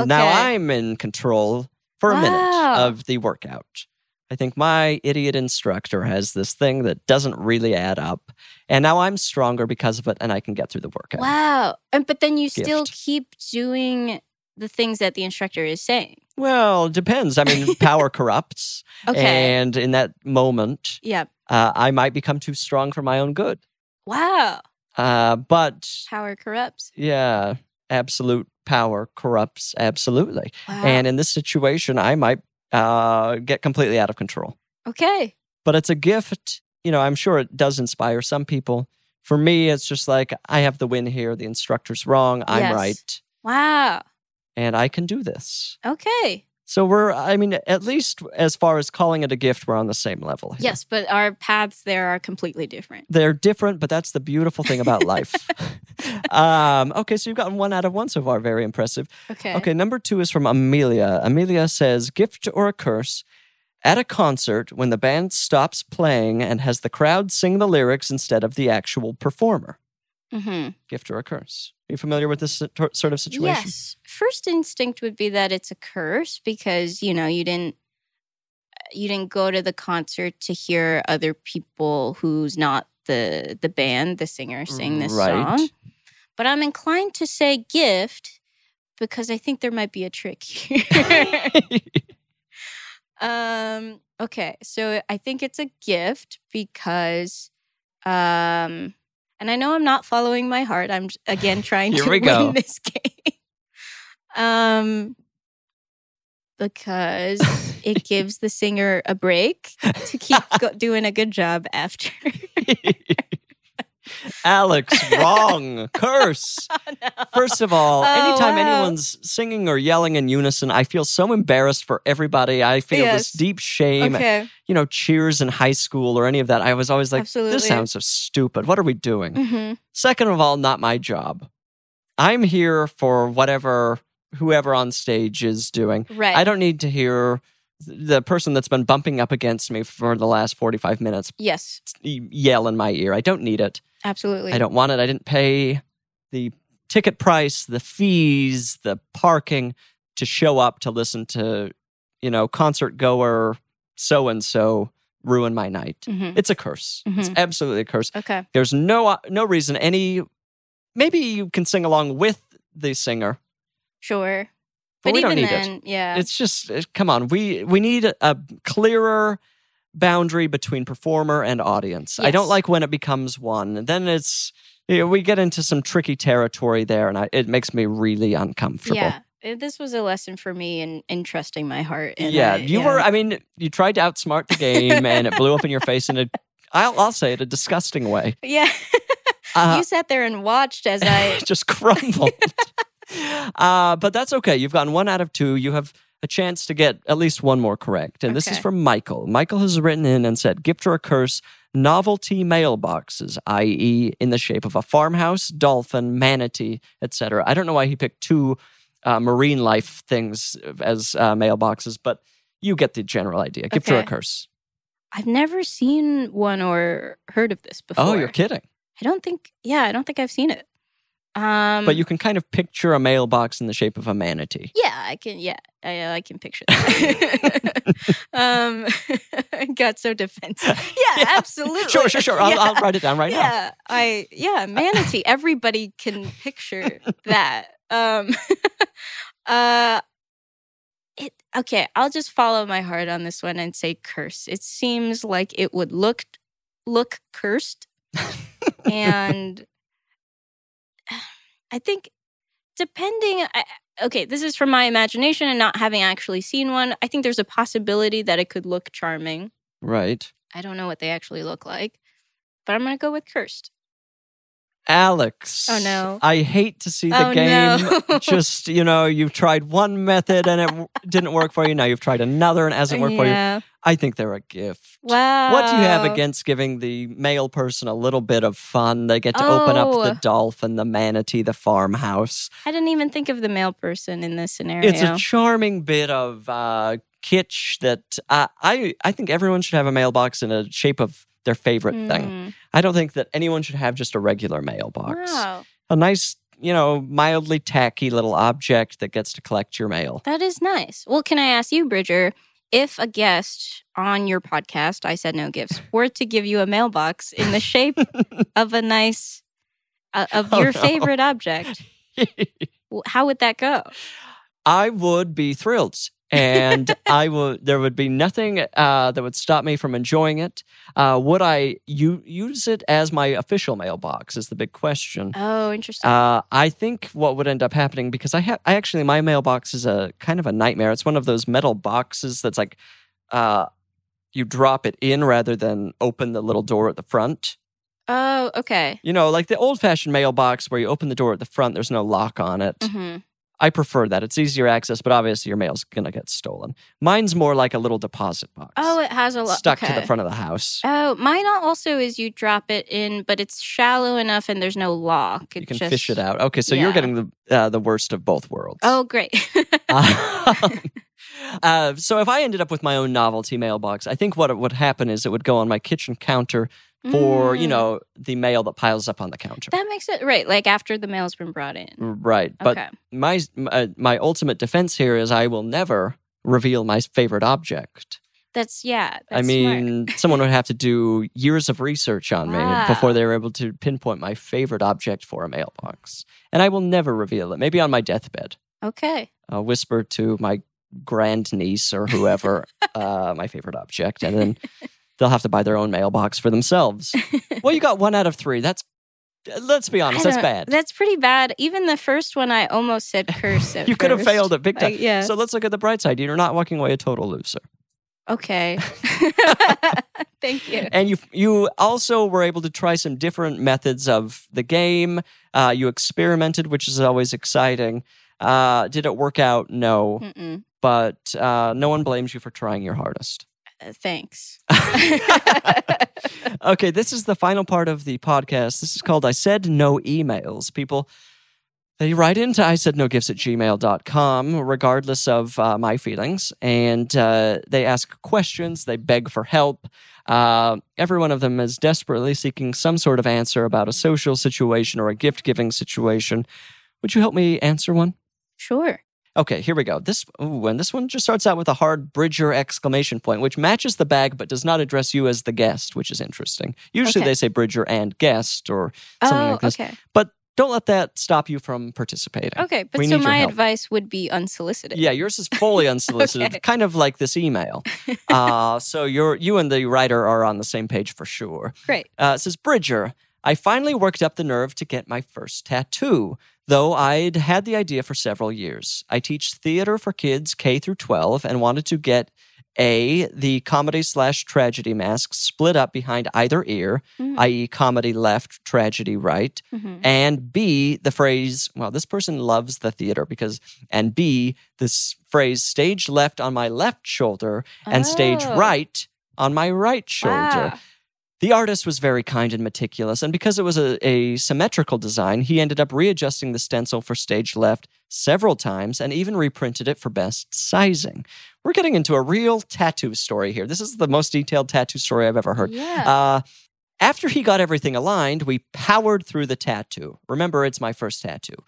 S2: and now
S3: Oh, okay.
S2: I'm in control for a minute
S3: Wow.
S2: of the workout. I think my idiot instructor has this thing that doesn't really add up. And now I'm stronger because of it and I can get through the workout.
S3: wow. And but then you still
S2: Gift.
S3: keep doing the things that the instructor is saying.
S2: Well, it depends. I mean, power corrupts.
S3: Okay.
S2: And in that moment,
S3: yeah.
S2: uh, I might become too strong for my own good.
S3: Wow.
S2: Uh, but
S3: Power corrupts.
S2: yeah, absolute power corrupts absolutely.
S3: Wow.
S2: And in this situation, I might uh, get completely out of control.
S3: okay.
S2: But it's a gift. You know, I'm sure it does inspire some people. For me, it's just like I have the win here. The instructor's wrong. I'm
S3: Yes.
S2: right.
S3: Wow.
S2: And I can do this.
S3: Okay.
S2: So we're, I mean, at least as far as calling it a gift, we're on the same level. here.
S3: Yes, but our paths there are completely different.
S2: they're different, but that's the beautiful thing about life. um, okay, so you've gotten one out of one so far. Very impressive.
S3: Okay.
S2: Okay. number two is from Amelia. Amelia says, Gift or a curse? At a concert, when the band stops playing and has the crowd sing the lyrics instead of the actual performer.
S3: Mm-hmm.
S2: Gift or a curse? Are you familiar with this tor- sort of situation?
S3: Yes. First instinct would be that it's a curse because, you know, you didn't you didn't go to the concert to hear other people who's not the the band, the singer sing this
S2: Right.
S3: song. But I'm inclined to say gift because I think there might be a trick here. um okay, so I think it's a gift because um and I know I'm not following my heart. I'm j- again trying
S2: Here
S3: to
S2: we
S3: win
S2: go.
S3: this game. um, because it gives the singer a break to keep go- doing a good job after.
S2: Alex, wrong. curse. First of all,
S3: Oh,
S2: anytime
S3: wow.
S2: anyone's singing or yelling in unison, I feel so embarrassed for everybody. I feel this
S3: Yes.
S2: deep shame.
S3: okay.
S2: You know, cheers in high school or any of that. I was always like,
S3: Absolutely.
S2: this sounds so stupid. What are we doing?
S3: hmm
S2: Second of all, not my job. I'm here for whatever whoever on stage is doing.
S3: Right.
S2: I don't need to hear th- the person that's been bumping up against me for the last 45 minutes
S3: Yes,
S2: yell in my ear. I don't need it.
S3: absolutely.
S2: I don't want it. I didn't pay the ticket price, the fees, the parking to show up to listen to, you know, concert goer so and so ruin my night.
S3: Mhm.
S2: It's a curse. It's
S3: Mhm.
S2: absolutely a curse.
S3: Okay.
S2: There's no uh, no reason any maybe you can sing along with the singer,
S3: Sure.
S2: but, we
S3: even
S2: don't need
S3: then,
S2: it.
S3: yeah.
S2: It's just uh, come on. We we need a clearer boundary between performer and audience. I don't
S3: Yes.
S2: like when it becomes one. Then it's you know, we get into some tricky territory there, and I, it makes me really uncomfortable.
S3: yeah. Uh, This was a lesson for me in, in trusting my heart. And
S2: Yeah,
S3: I-
S2: you were. I mean, you tried to outsmart the game, and it blew up in your face in a, I'll, I'll say it, a disgusting way.
S3: Yeah.
S2: Uh,
S3: you sat there and watched as I
S2: just crumbled. uh, but that's okay. You've gotten one out of two. You have a chance to get at least one more correct. And this is
S3: Okay.
S2: from Michael. Michael has written in and said, Gift or a curse, novelty mailboxes, i.e., in the shape of a farmhouse, dolphin, manatee, etc. I don't know why he picked two uh, marine life things as uh, mailboxes, but you get the general idea. Gift or a
S3: Okay.
S2: curse.
S3: I've never seen one or heard of this before.
S2: Oh, you're kidding.
S3: I don't think. Yeah, I don't think I've seen it. Um,
S2: But you can kind of picture a mailbox in the shape of a manatee.
S3: Yeah, I can. Yeah, I, I can picture that. um, I got so defensive. Yeah,
S2: Yeah.
S3: absolutely.
S2: Sure, sure, sure. I'll,
S3: yeah.
S2: I'll write it down right now.
S3: yeah, I yeah, manatee. Everybody can picture that. Um, uh, it okay. I'll just follow my heart on this one and say curse. It seems like it would look look cursed, and I think depending. I, okay, this is from my imagination and not having actually seen one. I think there's a possibility that it could look charming.
S2: Right.
S3: I don't know what they actually look like, but I'm gonna go with cursed.
S2: Alex.
S3: Oh, no.
S2: I hate to see the
S3: Oh,
S2: game.
S3: no.
S2: Just, you know, you've tried one method and it w- didn't work for you. Now you've tried another and it hasn't worked for you.
S3: yeah.
S2: I think they're a gift.
S3: Wow.
S2: What do you have against giving the male person a little bit of fun? They get to open up
S3: Oh.
S2: the dolphin, the manatee, the farmhouse.
S3: I didn't even think of the male person in this scenario.
S2: It's a charming bit of uh, kitsch that uh, I I think everyone should have a mailbox in a shape of their favorite thing.
S3: Mm.
S2: I don't think that anyone should have just a regular mailbox.
S3: Wow,
S2: A nice, you know, mildly tacky little object that gets to collect your mail.
S3: that is nice. Well, can I ask you, Bridger, if a guest on your podcast, I said no gifts, were to give you a mailbox in the shape of a nice uh, of
S2: Oh,
S3: your
S2: no.
S3: favorite object, w- how would that go?
S2: I would be thrilled. and I would. There would be nothing uh, that would stop me from enjoying it. Uh, would I u- use it as my official mailbox? Is the big question.
S3: Oh, interesting.
S2: Uh, I think what would end up happening because I have I actually my mailbox is a kind of a nightmare. It's one of those metal boxes that's like uh, you drop it in rather than open the little door at the front.
S3: oh, okay.
S2: You know, like the old fashioned mailbox where you open the door at the front. There's no lock on it.
S3: hmm
S2: I prefer that. It's easier access, but obviously your mail's gonna get stolen. Mine's more like a little deposit box.
S3: Oh, it has a lot
S2: stuck to the front of the house.
S3: Oh, mine al- also is you drop it in, but it's shallow enough and there's no lock. It
S2: You can
S3: just-
S2: fish it out. Okay, so you're
S3: yeah.
S2: getting the uh, the worst of both worlds.
S3: Oh, great.
S2: Um, uh, so if I ended up with my own novelty mailbox, I think what would happen is it would go on my kitchen counter for you
S3: Mm.
S2: know the mail that piles up on the counter.
S3: That makes it right. Like after the mail's been brought in.
S2: right, Mm, but
S3: Okay.
S2: my my my ultimate defense here is I will never reveal my favorite object.
S3: That's yeah.
S2: I
S3: That's
S2: mean, someone would have to do years of research on
S3: Wow.
S2: me before they were able to pinpoint my favorite object for a mailbox, and I will never reveal it. Maybe on my deathbed.
S3: smart. okay.
S2: uh, whisper to my grandniece or whoever uh, my favorite object, and then they'll have to buy their own mailbox for themselves. well, you got one out of three. That's let's be honest,
S3: I
S2: that's
S3: don't-
S2: um, bad.
S3: That's pretty bad. Even the first one, I almost said curse. at
S2: you could have
S3: first.
S2: failed it big time.
S3: Like, yeah.
S2: So let's look at the bright side. You're not walking away a total loser,
S3: okay. Thank you.
S2: and you you also were able to try some different methods of the game. Uh, you experimented, which is always exciting. Uh, did it work out? No,
S3: Mm-mm.
S2: but uh, no one blames you for trying your hardest.
S3: Uh, thanks.
S2: okay, this is the final part of the podcast. This is called I Said No Emails. People, they write into I Said No Gifts at gmail.com, regardless of uh, my feelings. And uh, they ask questions, they beg for help. Uh, every one of them is desperately seeking some sort of answer about a social situation or a gift giving situation. Would you help me answer one?
S3: Sure.
S2: Okay, here we go. This ooh, and this one just starts out with a hard Bridger exclamation point, which matches the bag but does not address you as the guest, which is interesting. Usually
S3: Okay.
S2: they say Bridger and guest or something
S3: oh,
S2: like this.
S3: okay.
S2: But don't let that stop you from participating.
S3: Okay. But
S2: We
S3: so
S2: need your
S3: my
S2: help.
S3: advice would be unsolicited.
S2: Yeah, yours is fully unsolicited,
S3: Okay.
S2: kind of like this email. Uh, so you're you and the writer are on the same page for sure.
S3: Great.
S2: Uh, it says Bridger, I finally worked up the nerve to get my first tattoo, though I'd had the idea for several years. I teach theater for kids K through 12 and wanted to get a the comedy slash tragedy masks split up behind either ear,
S3: Mm.
S2: i.e., comedy left, tragedy right,
S3: Mhm.
S2: and B the phrase. Well, this person loves the theater because and B this phrase stage left on my left shoulder and stage
S3: Oh.
S2: right on my right shoulder.
S3: Wow.
S2: The artist was very kind and meticulous, and because it was a, a symmetrical design, he ended up readjusting the stencil for stage left several times and even reprinted it for best sizing. We're getting into a real tattoo story here. This is the most detailed tattoo story I've ever heard.
S3: Yeah.
S2: Uh, After he got everything aligned, we powered through the tattoo. Remember, it's my first tattoo.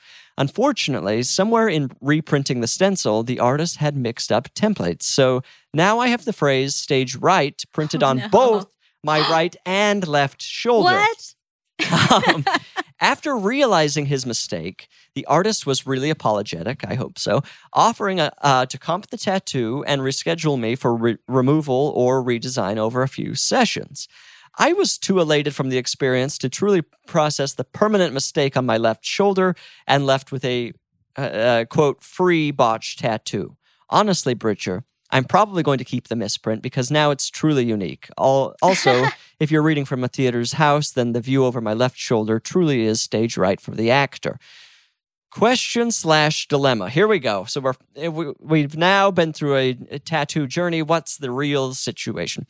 S2: Unfortunately, somewhere in reprinting the stencil, the artist had mixed up templates. So now I have the phrase stage right printed
S3: Oh,
S2: on
S3: no.
S2: both my right and left shoulder.
S3: What?
S2: Um, after realizing his mistake, the artist was really apologetic, I hope so, offering a, uh, to comp the tattoo and reschedule me for re- removal or redesign over a few sessions. I was too elated from the experience to truly process the permanent mistake on my left shoulder and left with a uh, uh, quote, free botch tattoo. Honestly, Bridger, I'm probably going to keep the misprint because now it's truly unique. Al- Also, if you're reading from a theater's house, then the view over my left shoulder truly is stage right for the actor. Question slash dilemma. Here we go. So we're, eh, we- we've now been through a, a tattoo journey. What's the real situation?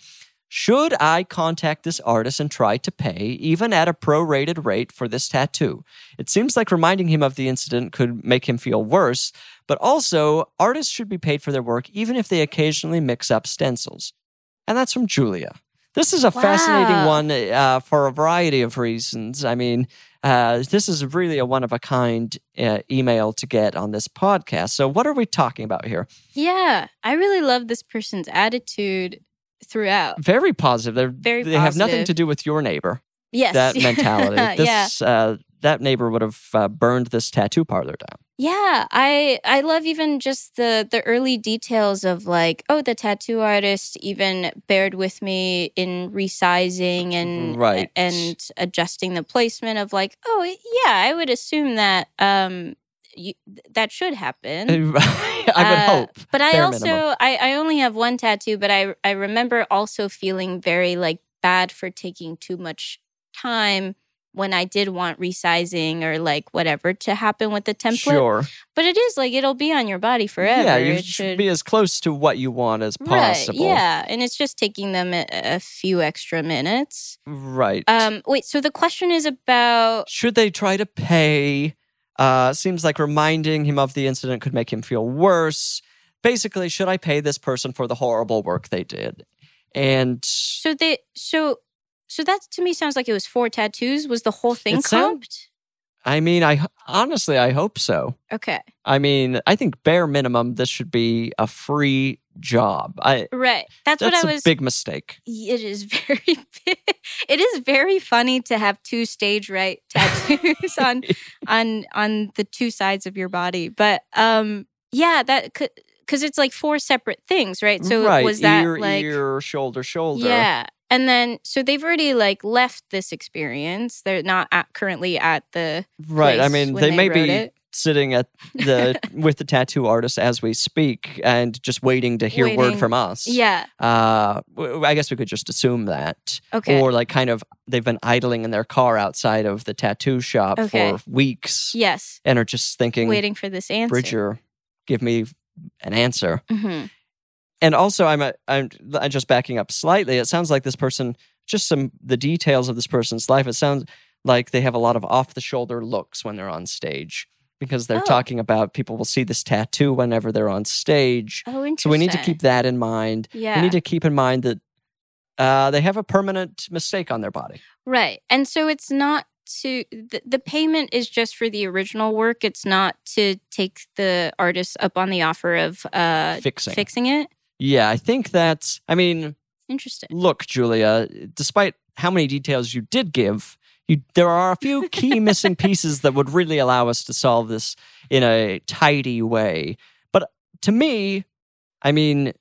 S2: Should I contact this artist and try to pay, even at a prorated rate, for this tattoo? It seems like reminding him of the incident could make him feel worse, but also, artists should be paid for their work even if they occasionally mix up stencils. And that's from Julia. This is a fascinating
S3: Wow.
S2: one uh, for a variety of reasons. I mean, uh, this is really a one of a kind uh, email to get on this podcast. So, what are we talking about here?
S3: Yeah, I really love this person's attitude throughout.
S2: Very positive. They're,
S3: Very
S2: they have nothing
S3: positive.
S2: to do with your neighbor.
S3: Yes,
S2: That mentality.
S3: yeah,
S2: This, uh, that neighbor would have uh, burned this tattoo parlor down.
S3: yeah. I I love even just the the early details of like, oh, the tattoo artist even bared with me in resizing and
S2: Right.
S3: and adjusting the placement of like, oh, yeah, I would assume that um you, that should happen.
S2: I would
S3: Mm. Uh,
S2: hope.
S3: But I
S2: Bare
S3: also
S2: minimum.
S3: I, I only have one tattoo, but I I remember also feeling very like bad for taking too much time when I did want resizing or like whatever to happen with the template.
S2: Sure.
S3: But it is like it'll be on your body forever.
S2: Yeah, you
S3: It
S2: should be as close to what you want as possible.
S3: Right, yeah, and it's just taking them a, a few extra minutes.
S2: Right.
S3: Um, wait, so the question is about
S2: should they try to pay? Uh, seems like reminding him of the incident could make him feel worse. Basically, should I pay this person for the horrible work they did? And
S3: so they so so that to me sounds like it was four tattoos. Was the whole thing
S2: It sound-
S3: comped?
S2: I mean, I honestly, I hope so.
S3: Okay,
S2: I mean, I think bare minimum, this should be a free job. I
S3: right. That's,
S2: that's
S3: what I
S2: a
S3: was.
S2: big mistake.
S3: it is very it is very funny to have two stage right tattoos on on on the two sides of your body but um yeah that could because it's like four separate things right so
S2: right,
S3: was that
S2: ear,
S3: like
S2: ear, shoulder, shoulder?
S3: yeah and then so they've already like left this experience they're not at, currently at the
S2: Right. I
S3: place
S2: mean,
S3: when
S2: they,
S3: they
S2: may
S3: wrote
S2: be
S3: it.
S2: sitting at the with the tattoo artist as we speak and just waiting to hear word
S3: Waiting.
S2: from us.
S3: yeah
S2: Uh, w- I guess we could just assume that,
S3: okay
S2: or like kind of they've been idling in their car outside of the tattoo shop
S3: Okay.
S2: for weeks
S3: yes
S2: and are just thinking,
S3: waiting for this answer
S2: Bridger, give me an answer.
S3: Mhm.
S2: And also, I'm, a, I'm I'm just backing up slightly. It sounds like this person, just some the details of this person's life. It sounds like they have a lot of off the shoulder looks when they're on stage because they're
S3: Oh.
S2: talking about people will see this tattoo whenever they're on stage.
S3: oh interesting
S2: So we need to keep that in mind.
S3: yeah
S2: We need to keep in mind that uh, they have a permanent mistake on their body.
S3: Right. And so it's not to the, the payment is just for the original work. It's not to take the artist up on the offer of uh
S2: Fixing.
S3: fixing it.
S2: Yeah, I think that's. I mean,
S3: Interesting.
S2: look, Julia. Despite how many details you did give, you there are a few key missing pieces that would really allow us to solve this in a tidy way. But to me, I mean,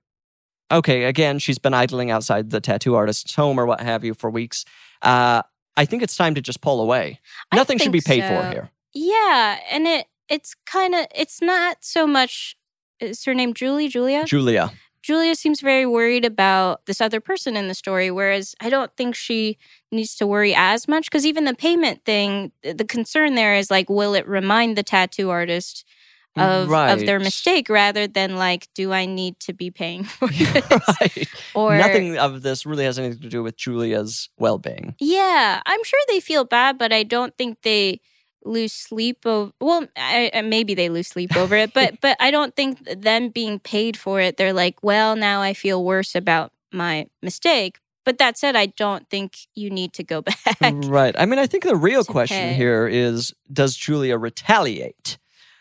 S2: okay, again, she's been idling outside the tattoo artist's home or what have you for weeks. Uh, I think it's time to just pull away.
S3: I
S2: Nothing should be
S3: think
S2: paid for
S3: so.
S2: here.
S3: Yeah, and it it's kind of it's not so much is her name Julie Julia?
S2: Julia.
S3: Julia seems very worried about this other person in the story, whereas I don't think she needs to worry as much because even the payment thing, th- the concern there is like, will it remind the tattoo artist of of their
S2: Right.
S3: mistake rather than like, do I need to be paying for this?
S2: right.
S3: Or
S2: Nothing of this really has anything to do with Julia's well being.
S3: Yeah, I'm sure they feel bad, but I don't think they lose sleep over. Well, I, I- maybe they lose sleep over it, but but I don't think them being paid for it, they're like, well, now I feel worse about my mistake. But that said, I don't think you need to go back.
S2: Right. I mean, I think the real
S3: It's
S2: question
S3: okay.
S2: here is does Julia retaliate?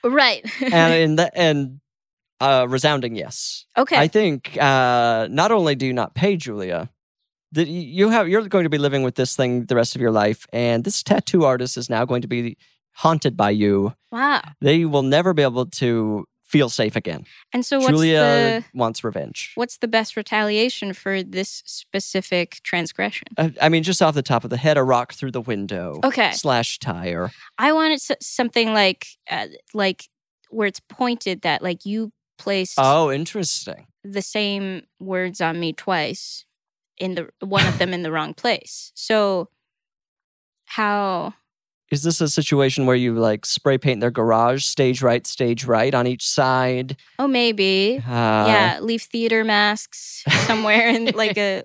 S3: right.
S2: And in the and uh resounding yes.
S3: okay.
S2: I think uh not only do you not pay Julia, that y- you have you're going to be living with this thing the rest of your life and this tattoo artist is now going to be haunted by you.
S3: wow.
S2: They will never be able to feel safe again.
S3: And so what's
S2: Julia uh,
S3: the
S2: wants revenge.
S3: what's the best retaliation for this specific transgression?
S2: I, I mean just off the top of the head a rock through the window.
S3: Okay.
S2: Slash tire.
S3: I wanted s- something like uh, like where it's pointed that like you placed
S2: Oh, interesting.
S3: the same words on me twice in the one of them in the wrong place. So how
S2: Is this a situation where you like spray paint their garage, stage right, stage right on each side?
S3: oh
S2: Uh,
S3: maybe yeah, leave theater masks somewhere in like a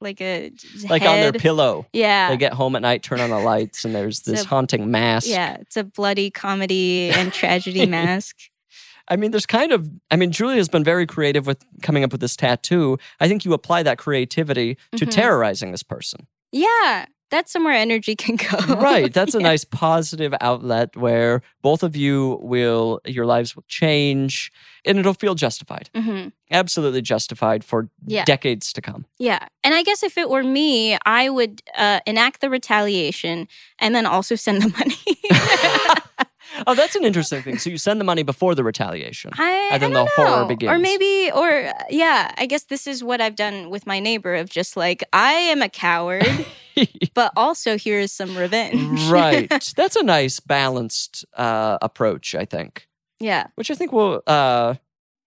S3: like a j-
S2: Like on their
S3: head.
S2: pillow.
S3: yeah.
S2: They get home at night, turn on the lights, and there's this
S3: So-
S2: haunting mask.
S3: yeah, it's a bloody comedy and tragedy mask.
S2: I mean, there's kind of, I mean, Julia's been very creative with coming up with this tattoo. I think you apply that creativity to
S3: Mhm.
S2: terrorizing this person.
S3: Yeah, that's somewhere energy can go.
S2: Right. That's a nice positive outlet where both of you will, your lives will change and it'll feel justified.
S3: hmm
S2: Absolutely justified for
S3: Yeah.
S2: decades to come.
S3: Yeah. And I guess if it were me, I would uh, enact the retaliation and then also send the money.
S2: oh, that's an interesting thing. So you send the money before the retaliation.
S3: I,
S2: And then
S3: I don't
S2: the horror
S3: know. Or
S2: begins.
S3: maybe, or uh, yeah, I guess this is what I've done with my neighbor of just like, I am a coward, but also here is some revenge.
S2: right. That's a nice balanced uh, approach, I think.
S3: yeah.
S2: Which I think will uh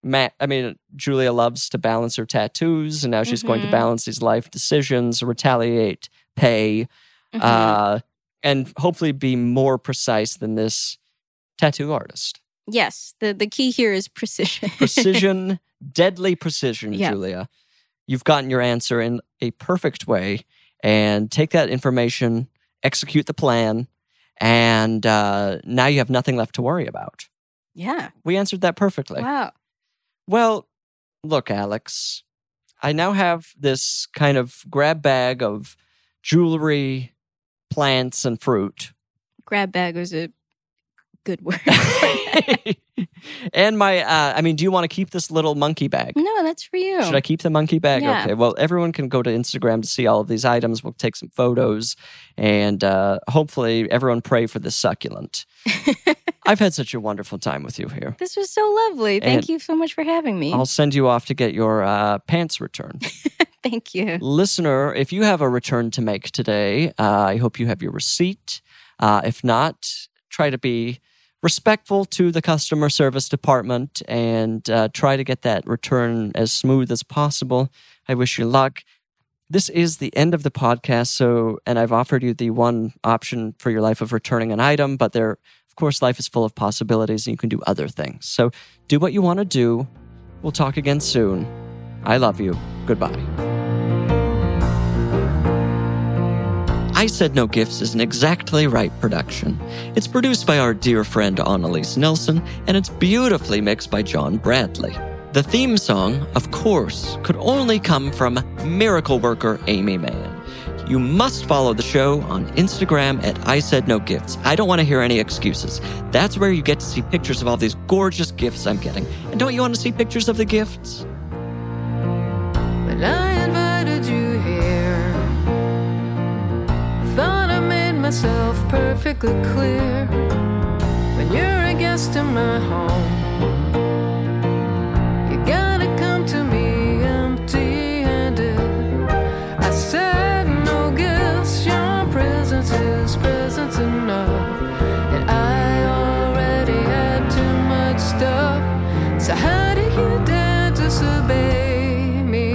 S2: Matt I mean Julia loves to balance her tattoos and now she's going to
S3: Mhm.
S2: balance these life decisions, retaliate, pay,
S3: Mhm.
S2: uh and hopefully be more precise than this tattoo artist.
S3: yes. The, the key here is precision.
S2: Precision, deadly precision,
S3: Yeah.
S2: Julia. You've gotten your answer in a perfect way. And take that information, execute the plan, and uh, now you have nothing left to worry about.
S3: yeah.
S2: We answered that perfectly.
S3: Wow.
S2: Well, look, Alex, I now have this kind of grab bag of jewelry, plants, and fruit.
S3: Grab bag was a good word.
S2: and my, uh, I mean, do you want to keep this little monkey bag?
S3: no, that's for you.
S2: Should I keep the monkey bag?
S3: Yeah.
S2: Okay. Well, everyone can go to Instagram to see all of these items. We'll take some photos and uh, hopefully everyone pray for this succulent. I've had such a wonderful time with you here.
S3: This was so lovely. Thank
S2: And-
S3: you so much for having me.
S2: I'll send you off to get your uh, pants returned.
S3: Thank you.
S2: Listener, if you have a return to make today, uh, I hope you have your receipt. Uh, if not, try to be respectful to the customer service department and uh, try to get that return as smooth as possible. I wish you luck. This is the end of the podcast. So, and I've offered you the one option for your life of returning an item, but there, of course, life is full of possibilities and you can do other things. So, do what you want to do. We'll talk again soon. I love you. Goodbye. I Said No Gifts is an exactly right production. It's produced by our dear friend Annalise Nelson, and it's beautifully mixed by John Bradley. The theme song, of course, could only come from miracle worker Amy Mann. You must follow the show on Instagram at I Said No Gifts. I don't want to hear any excuses. That's where you get to see pictures of all these gorgeous gifts I'm getting. And don't you want to see pictures of the gifts?
S1: When I invited you here, thought I made myself perfectly clear. When you're a guest in my home, you gotta come to me empty handed. I said no gifts, your presence is presence enough. And I already had too much stuff. So how do you dare disobey me?